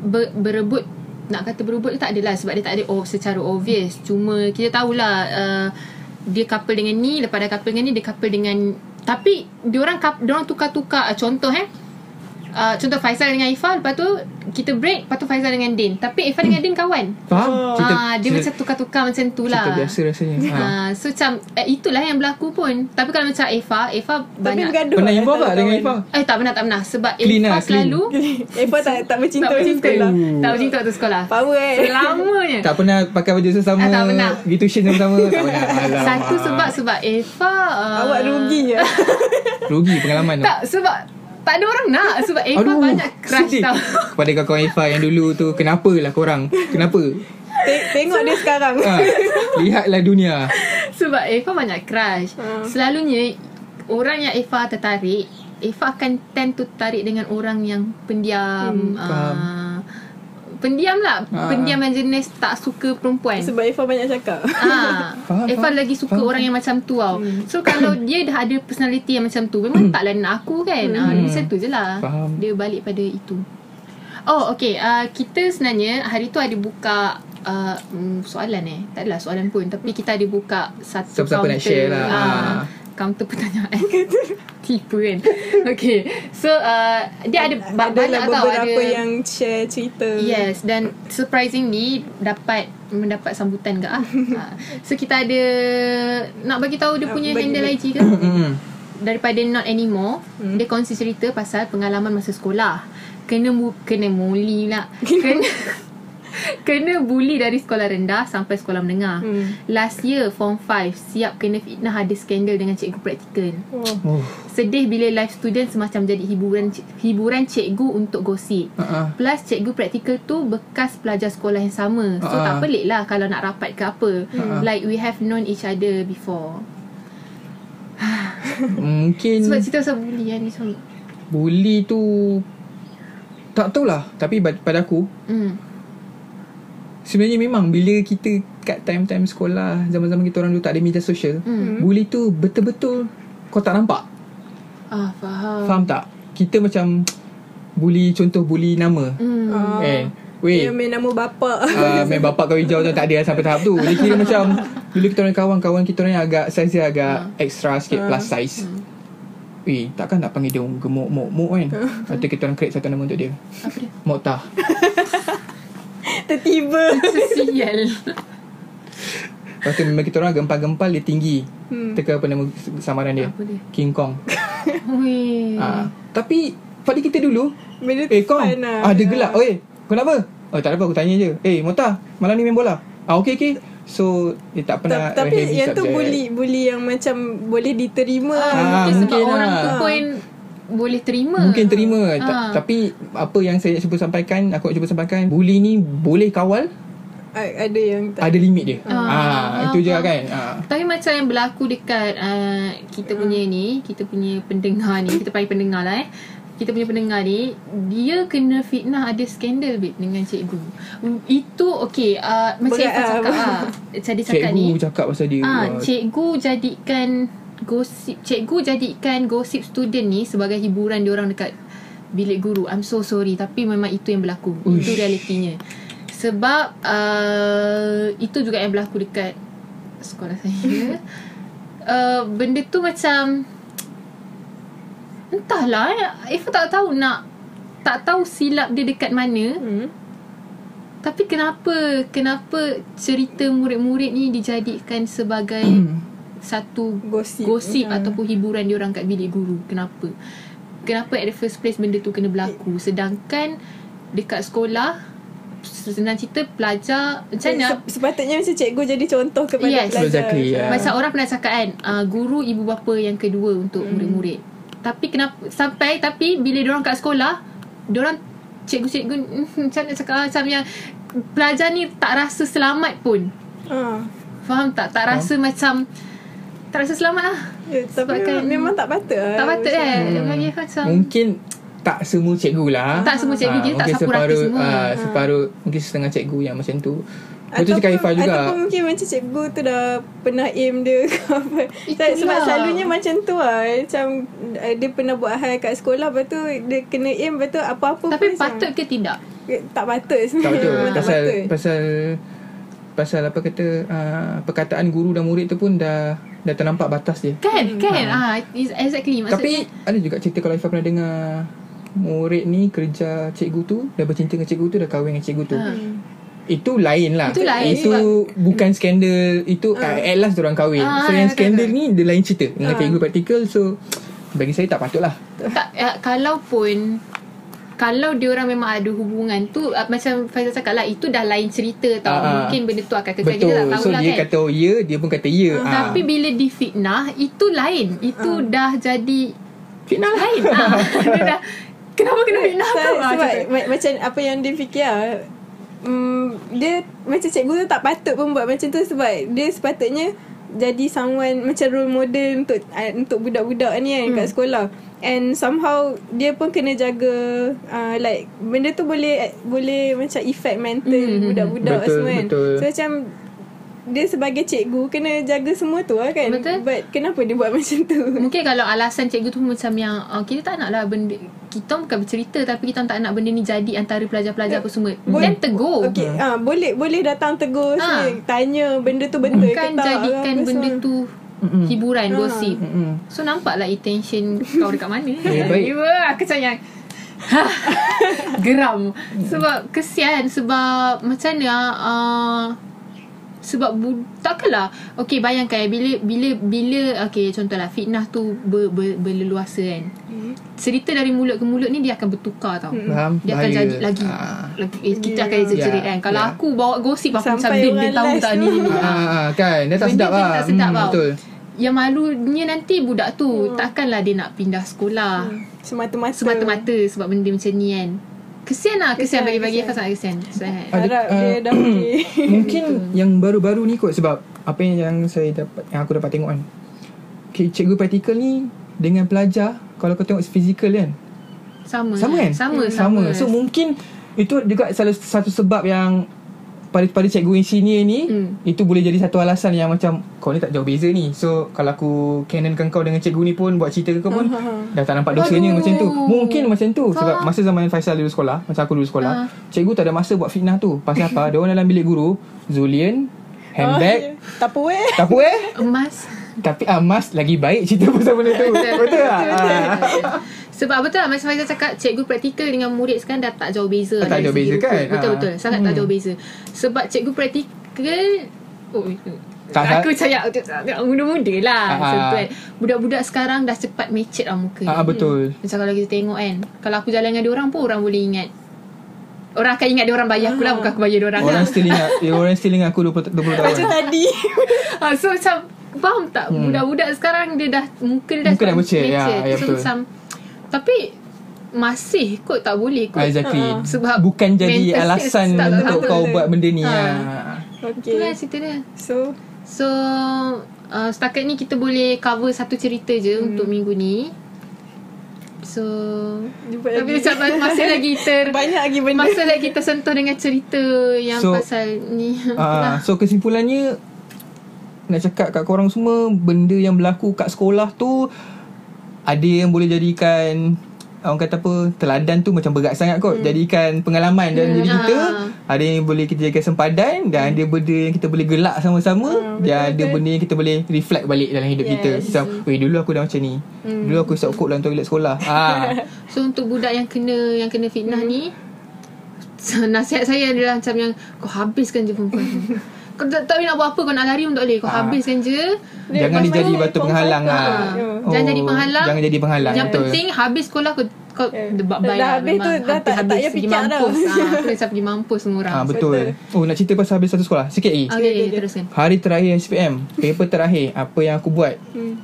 A: Ber, berebut nak kata berebut tu tak adalah sebab dia tak ada oh, secara obvious cuma kita tahulah uh, dia couple dengan ni lepas dah couple dengan ni dia couple dengan tapi diorang kap- diorang tukar-tukar Ah, contoh eh uh, contoh Faisal dengan Ifah lepas tu kita break lepas tu Faisal dengan Din tapi Ifah dengan Din kawan
C: Faham?
A: cerita, ah dia macam tukar-tukar macam tu lah
C: Oh. Cerita biasa
A: *laughs*
C: rasanya ha.
A: Ah, so macam eh, itulah yang berlaku pun. Tapi kalau macam Efa, Efa
B: Tapi
A: banyak
B: bergaduh
C: Pernah
B: lah
C: involve tak dengan Ifah?
B: kawan-kawan.
A: eh tak pernah tak pernah sebab
C: Clean
A: Efa
C: lah, clean.
A: selalu
B: *laughs* Ifah tak, tak bercinta
A: tak
B: waktu
A: bercinta.
B: sekolah
A: Tak bercinta waktu sekolah.
B: Power eh
A: Selamanya.
C: Tak pernah pakai baju sesama
A: Ah, tak pernah.
C: Pergi tuition sama-sama Tak pernah Alamak.
A: *laughs* Satu sebab sebab Efa uh,
B: Awak rugi
A: *laughs*
B: ya.
C: Rugi pengalaman tu
A: Tak sebab tak ada orang nak sebab Efa
C: Aduh,
A: banyak crush
C: sedih. *laughs*
A: tau. *laughs*
C: Pada kawan Ifa yang dulu tu Kenapalah korang Kenapa
B: Tengok dia sekarang.
C: ha, Lihatlah dunia
A: Sebab Efa banyak crush.
B: Hmm.
A: Selalunya orang yang Efa tertarik, Efa akan tend to tarik dengan orang yang pendiam. Hmm,
C: faham.
A: pendiam lah.
C: Ah.
A: Pendiam yang jenis tak suka perempuan.
B: *laughs* Sebab Ifah banyak cakap.
A: Ah,
C: Faham,
A: Eva
C: faham.
A: lagi suka
C: Faham. Hmm.
A: orang yang macam tu tau. So kalau dia dah ada personality yang macam tu, memang taklah nak aku kan. Ah, dia macam tu je lah.
C: Hmm. Faham.
A: Dia balik pada itu. Oh, okay. Uh, kita sebenarnya hari tu ada buka uh, mm, soalan eh. Tak adalah soalan pun. Tapi kita ada buka satu
C: Siapa-siapa
A: counter.
C: nak share lah.
A: Ah,
C: Ah.
A: counter pertanyaan. *laughs* Tipu kan. Okay. So, uh, dia ada ba- banyak
B: Adalah
A: tau.
B: lah beberapa
A: ada,
B: yang share cerita.
A: Yes dan surprisingly dapat mendapat sambutan ke ah. Ha. So kita ada nak bagi tahu dia
B: Ah,
A: punya
B: bagi
A: handle
B: dia.
A: IG ke
C: hmm.
A: daripada not anymore hmm. dia kongsi cerita pasal pengalaman masa sekolah. Kena mu- kena muli lah. Kena *laughs* kena bully dari sekolah rendah sampai sekolah menengah. Hmm.
B: Hmm.
A: Last year form 5 siap kena fitnah ada skandal dengan cikgu praktikan.
B: Oh.
C: oh.
A: Sedih bila live student semacam jadi hiburan hiburan cikgu untuk gosip.
C: uh-uh.
A: Plus cikgu praktikal tu bekas pelajar sekolah yang sama. So uh
C: Ah.
A: tak pelik lah kalau nak rapat ke apa.
C: Ah.
A: Like we have known each other before.
C: Mungkin
A: Sebab cerita pasal bully kan ni sorry.
C: Bully tu Tak tahulah Tapi ba- pada aku
A: Hmm.
C: Sebenarnya memang Bila kita Kat time-time sekolah Zaman-zaman kita orang dulu Tak ada media sosial
A: Hmm.
C: Bully tu betul-betul Kau tak nampak
A: Ah faham.
C: Faham tak Kita macam Bully Contoh bully nama
A: Hmm.
B: Ah.
C: Eh Weh
B: Dia main nama bapa.
C: uh, main bapak kau hijau tu tak ada sampai tahap tu. Dia kira macam dulu kita orang kawan, kawan kita orang yang agak size dia agak extra sikit plus size. Eh, takkan nak panggil dia gemuk mok mok kan. Lepas tu kita orang create satu nama untuk dia.
A: Apa dia?
C: Moktah.
B: *laughs* Tertiba.
A: Sesial.
C: Lepas tu memang kita orang gempal-gempal dia tinggi. Teka apa nama samaran dia?
A: Apa Mm. dia?
C: King Kong.
A: Weh.
C: Ya. Ah, tapi pada kita dulu,
B: Benda tu
C: eh Kong,
B: fun lah.
C: ah, dia gelak. Oi, kau kenapa? Oh, tak ada apa aku tanya je. Eh, Moktah, malam ni main bola. Ah, okey okey. So, dia tak pernah
B: Ta- tapi
C: heavy
B: yang tu
C: subject.
B: bully bully yang macam boleh diterima
A: Ah,
B: ah.
A: mungkin sebab
C: mungkin
A: orang
C: lah.
A: tu pun boleh terima.
C: Mungkin terima
A: Ah.
C: Ta- Tapi Apa yang saya cuba sampaikan Aku nak cuba sampaikan Bully ni Boleh kawal
B: ada yang tak
C: Ada limit dia
A: Ah.
C: ah, Itu je lah kan ah.
A: Tapi macam yang berlaku dekat uh, kita punya ni, kita punya pendengar ni, kita panggil pendengar lah eh. Kita punya pendengar ni, dia kena fitnah ada skandal babe dengan cikgu. Mm, Itu okey, uh, macam
B: Berat
A: Ifah
B: lah.
A: cakap ah. Tadi cakap
C: Cikgu
A: ni.
C: cakap pasal dia
A: Ah,
C: Wah.
A: cikgu jadikan gosip cikgu jadikan gosip student ni sebagai hiburan diorang dekat bilik guru. I'm so sorry tapi memang itu yang berlaku. Uish. Itu
C: Uish.
A: realitinya. Sebab uh, itu juga yang berlaku dekat sekolah saya. uh, benda tu macam entahlah eh. Ifah tak tahu nak tak tahu silap dia dekat mana.
B: hmm.
A: Tapi kenapa kenapa cerita murid-murid ni dijadikan sebagai satu
B: gosip
A: gosip
B: Ah.
A: ataupun hiburan diorang kat bilik guru? Kenapa? Kenapa at the first place benda tu kena berlaku? Sedangkan dekat sekolah senang cerita pelajar macam mana
B: Se- sepatutnya macam cikgu jadi contoh kepada
A: Yes.
B: pelajar
C: Exactly, yeah.
B: Ya.
A: Macam orang pernah cakap kan uh, Guru ibu bapa yang kedua Untuk hmm. murid-murid Tapi kenapa Sampai Tapi bila diorang kat sekolah Diorang Cikgu-cikgu *laughs* mm, Macam nak cakap ah, Macam yang Pelajar ni tak rasa selamat pun
B: ah.
A: Faham tak? Tak rasa macam Tak rasa selamat lah
B: Ya, tapi
A: Sebabkan-
B: memang tak patut lah.
A: Tak patut
B: Macam-
A: kan Bagi aku macam
C: Hmm. Mungkin Tak semua cikgu lah
A: Tak semua cikgu, kita tak
C: mungkin
A: sapu rata
C: separuh,
A: semua.
C: ah, Separuh Mungkin setengah cikgu yang macam tu Lepas tu cakap Ifah juga
B: Ataupun mungkin macam cikgu tu dah Pernah aim dia ke apa Itulah. Sebab
A: Itulah.
B: selalunya macam tu lah Macam uh, dia pernah buat hal kat sekolah Lepas tu dia kena aim Lepas tu apa-apa
A: Tapi
B: pun macam-
A: patut ke tidak?
B: Eh, *laughs* Tak patut
A: Ah,
C: Tak
B: sebenarnya
C: betul
B: Memang
C: Pasal Pasal pasal apa kata uh, perkataan guru dan murid tu pun dah dah ternampak batas dia.
A: Kan kan ah is exactly maksud
C: Hmm, Tapi ada juga cerita kalau Ifah pernah dengar murid ni kerja cikgu tu dah bercinta dengan cikgu tu dah kahwin dengan cikgu tu.
A: Ha.
C: Itu lain lah
A: Itu lain
C: Itu bukan skandal Itu uh, at last orang kahwin
A: Ah,
C: So yang
A: betul,
C: skandal ni Dia lain cerita
A: Ah.
C: Dengan cikgu praktikal So bagi saya tak patut lah
A: tak ya, kalau pun kalau diorang memang ada hubungan tu uh, macam Faizal cakap lah itu dah lain cerita tau.
C: Ah, ah.
A: Mungkin benda tu akan kekal
C: Betul
A: kita tak tahu
C: So
A: lah
C: dia
A: kan.
C: kata oh ya Dia pun kata ya Ah.
A: Tapi bila difitnah itu lain. Itu dah jadi
C: lah.
A: fitnah lain. ah, *laughs* dia dah kenapa kena fitnah
B: Tak,
A: kau? Ah,
B: sebab
A: macam tu.
B: ma- macam apa yang dia fikir lah, mm, Dia macam cikgu tu tak patut pun buat macam tu Sebab dia sepatutnya jadi someone macam role model untuk uh, untuk budak-budak ni kan
A: Hmm.
B: kat sekolah and somehow dia pun kena jaga uh, like benda tu boleh boleh macam effect mental
A: Hmm,
B: budak-budak
C: Betul,
B: semua kan
C: betul.
B: so macam dia sebagai cikgu kena jaga semua tu lah kan
A: Betul.
B: but kenapa dia buat macam tu
A: Mungkin kalau alasan cikgu tu macam yang uh, kita tak nak lah benda kita bukan bercerita tapi kita tak nak benda ni jadi antara
B: Ya.
A: pelajar-pelajar apa semua. Then tegur.
B: Okay, ha. boleh boleh datang tegur
A: Ah.
B: ha. tanya benda tu betul
A: Bukan
B: ke tak.
A: jadikan
B: apa
A: benda
B: semua. Ah.
A: tu hiburan gosip.
C: Mm-mm.
A: *laughs* So nampaklah intention kau dekat mana
C: *laughs* Ya, baik. Ha.
A: Ya aku sayang Hah, *laughs* Geram Sebab kesian Sebab macam mana uh, Sebab bu, Takkanlah Okay bayangkan Bila Bila bila Okay contohlah Fitnah tu ber, ber, Berleluasa kan
B: Hmm.
A: Cerita dari mulut ke mulut ni Dia akan bertukar tau
C: Faham?
A: Dia akan
C: Bahaya.
A: jadi lagi,
C: Ah.
A: lagi eh, Kita akan exaggerate
C: Ya,
A: kan Kalau
C: ya.
A: aku bawa gosip Aku macam
B: Sampai
A: Din Din
B: orang
A: tahu
B: live
A: tak
B: tu.
A: ni ni, ni."
C: Ah,
A: Ah.
C: ah, ah, Kan Dia tak
A: Benda
C: sedap
A: tu
C: lah
A: tak sedap
C: Mm,
A: tau.
C: Betul
A: Yang malunya nanti budak tu
B: Hmm.
A: Takkanlah dia nak pindah sekolah
B: Semata-mata.
A: Semata-mata sebab benda macam ni kan Kesian lah Kesian
B: Kesian,
A: bagi-bagi
B: kesian.
A: Kau sangat kesian Sangat
C: Ada-
B: Harap
C: ah.
B: dia dah
C: *coughs*
B: okey.
C: *laughs* Mungkin yang baru-baru ni kot sebab apa yang, yang saya dapat yang aku dapat tengok kan. Okay, cikgu praktikal ni dengan pelajar kalau kau tengok physical kan.
A: Sama
C: Sama
A: lah.
C: kan?
A: Sama
C: sama. So mungkin itu juga salah satu sebab yang pada pada cikgu engineer ni
A: Hmm.
C: itu boleh jadi satu alasan yang macam kau ni tak jauh beza ni. So kalau aku canonkan kau dengan cikgu ni pun buat cerita kau
A: *laughs*
C: pun dah tak nampak dosanya
A: Aduh.
C: macam tu. Mungkin macam tu sebab
A: Faham.
C: masa zaman Faisal dulu sekolah, masa aku dulu sekolah,
A: Ah.
C: cikgu tak ada masa buat fitnah tu. Pasal apa? Dia orang dalam bilik guru, Zulian,
A: Oh, ya.
C: handbag,
B: Tak apa eh.
C: tak apa eh?
A: Emas
C: Tapi emas lagi baik cerita pasal benda
A: *laughs*
C: tu. *laughs* Betul tak? Ah.
A: Sebab betul lah Macam Faizal cakap Cikgu praktikal dengan murid sekarang Dah tak jauh beza
C: Dah
A: dari
C: tak jauh
A: segi
C: beza
A: rupa.
C: kan?
A: Betul-betul
C: Ah.
A: Sangat tak
C: Hmm.
A: jauh beza Sebab cikgu praktikal Oh
C: Tak
A: tak aku cakap muda-muda lah
C: Ah.
A: Macam tu kan. Budak-budak sekarang dah cepat mecet lah muka
C: Ah, betul.
A: Macam kalau kita tengok kan Kalau aku jalan dengan diorang pun Orang boleh ingat Orang akan ingat diorang bayar aku lah
B: Ah.
A: Bukan aku bayar diorang
C: Orang still ingat eh, Orang still ingat aku 20, 20 tahun
B: Macam tadi.
A: ha, So macam Faham tak hmm. Budak-budak sekarang Dia dah Muka dia dah
C: Muka dah
A: macam
C: becek, ya, ya,
A: So
C: betul.
A: macam Tapi Masih kot tak boleh kot
C: Ah, Exactly
B: Ah.
A: Sebab
C: Bukan jadi
A: mental state
C: alasan
A: tak
C: Untuk
B: tahu.
C: kau buat benda ni
A: Ah.
C: ah.
A: Itu
B: Okey.
A: lah cerita dia
B: So,
A: So uh, Setakat ni kita boleh Cover satu cerita je hmm. Untuk minggu ni So
B: jumpa
A: Tapi
B: lagi.
A: macam Masih lagi ter
B: *laughs* Banyak lagi benda.
A: Masa lagi kita sentuh dengan cerita Yang
C: So,
A: pasal ni *laughs* lah.
C: Ah, So kesimpulannya Nak cakap kat korang semua Benda yang berlaku kat sekolah tu Ada yang boleh jadikan Orang kata apa Teladan tu macam berat sangat kot Jadikan pengalaman dalam diri kita Ada yang boleh kita jadikan sempadan Dan ada benda yang kita boleh gelak sama-sama Dan ada benda yang kita boleh Reflect balik dalam hidup kita Macam Weh dulu aku dah macam ni Dulu aku isap kok dalam toilet sekolah ah.
A: So untuk budak yang kena yang kena fitnah hmm. ni *laughs* so, nasihat saya adalah macam yang kau habiskan je perempuan tu.
C: *laughs*
A: Kau tak, tak boleh nak buat apa kau nak lari pun tak boleh. Kau
C: Ah.
A: habiskan je.
C: Jangan
B: Lepas
C: dia jadi
B: tu,
C: batu penghalang lah.
A: Ha. Jangan jadi penghalang.
C: Jangan jadi penghalang.
A: Yang
C: betul. Eh,
A: penting habis sekolah kau kau
B: Ya.
A: debat
B: Dah-
A: baik lah.
B: dah habis tu, dah tak- tak payah fikir dah.
A: mampus. Ah, aku dah pergi mampus semua orang.
C: Ah betul. betul. Oh nak cerita pasal habis satu sekolah. Sikit lagi.
A: Okay, okay, teruskan.
C: Hari terakhir SPM, paper terakhir, apa yang aku buat?
B: Hmm.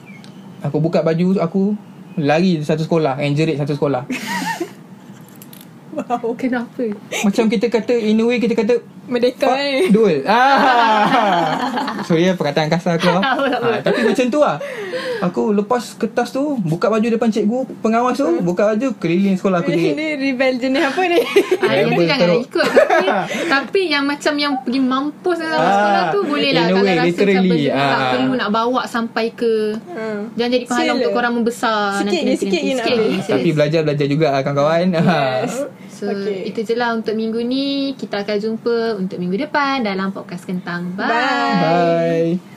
C: Aku buka baju aku lari satu sekolah, enjerit satu
A: *laughs*
C: sekolah.
B: Wow.
A: Kenapa?
C: Macam kita kata in a way kita kata
B: Merdeka eh.
A: *laughs*
C: duel. Ah. Sorry ya perkataan kasar aku.
A: Tak apa, tak apa.
C: Ah, tapi macam tu lah. Aku lepas kertas tu, buka baju depan cikgu, pengawas tu,
A: Hmm.
C: buka baju keliling sekolah aku jerit.
B: Ini rebel jenis apa
C: *laughs*
B: ni?
A: *laughs* Ah, yang tu
C: Rebel
A: jangan
C: teruk.
A: ikut
C: *laughs*
A: tapi, tapi yang macam yang pergi mampus dalam
C: Ah,
A: sekolah tu boleh lah
C: in a
A: kalau
C: way,
A: rasa macam
C: literally.
A: benda tu tak
C: Ah.
A: perlu nak bawa sampai ke
B: Ha.
A: Jangan jadi pahala
B: Sila.
A: untuk korang membesar
B: Sikit je,
A: nanti,
B: sikit je nak
A: sikit
B: *laughs* ambil.
A: je,
C: Tapi
A: serious.
C: belajar-belajar juga lah ah, kawan-kawan. Yes.
B: Yes.
A: So okay.
B: Okey.
A: itu je lah untuk minggu ni Kita akan jumpa untuk minggu depan Dalam podcast kentang Bye,
B: Bye.
C: *laughs* Bye.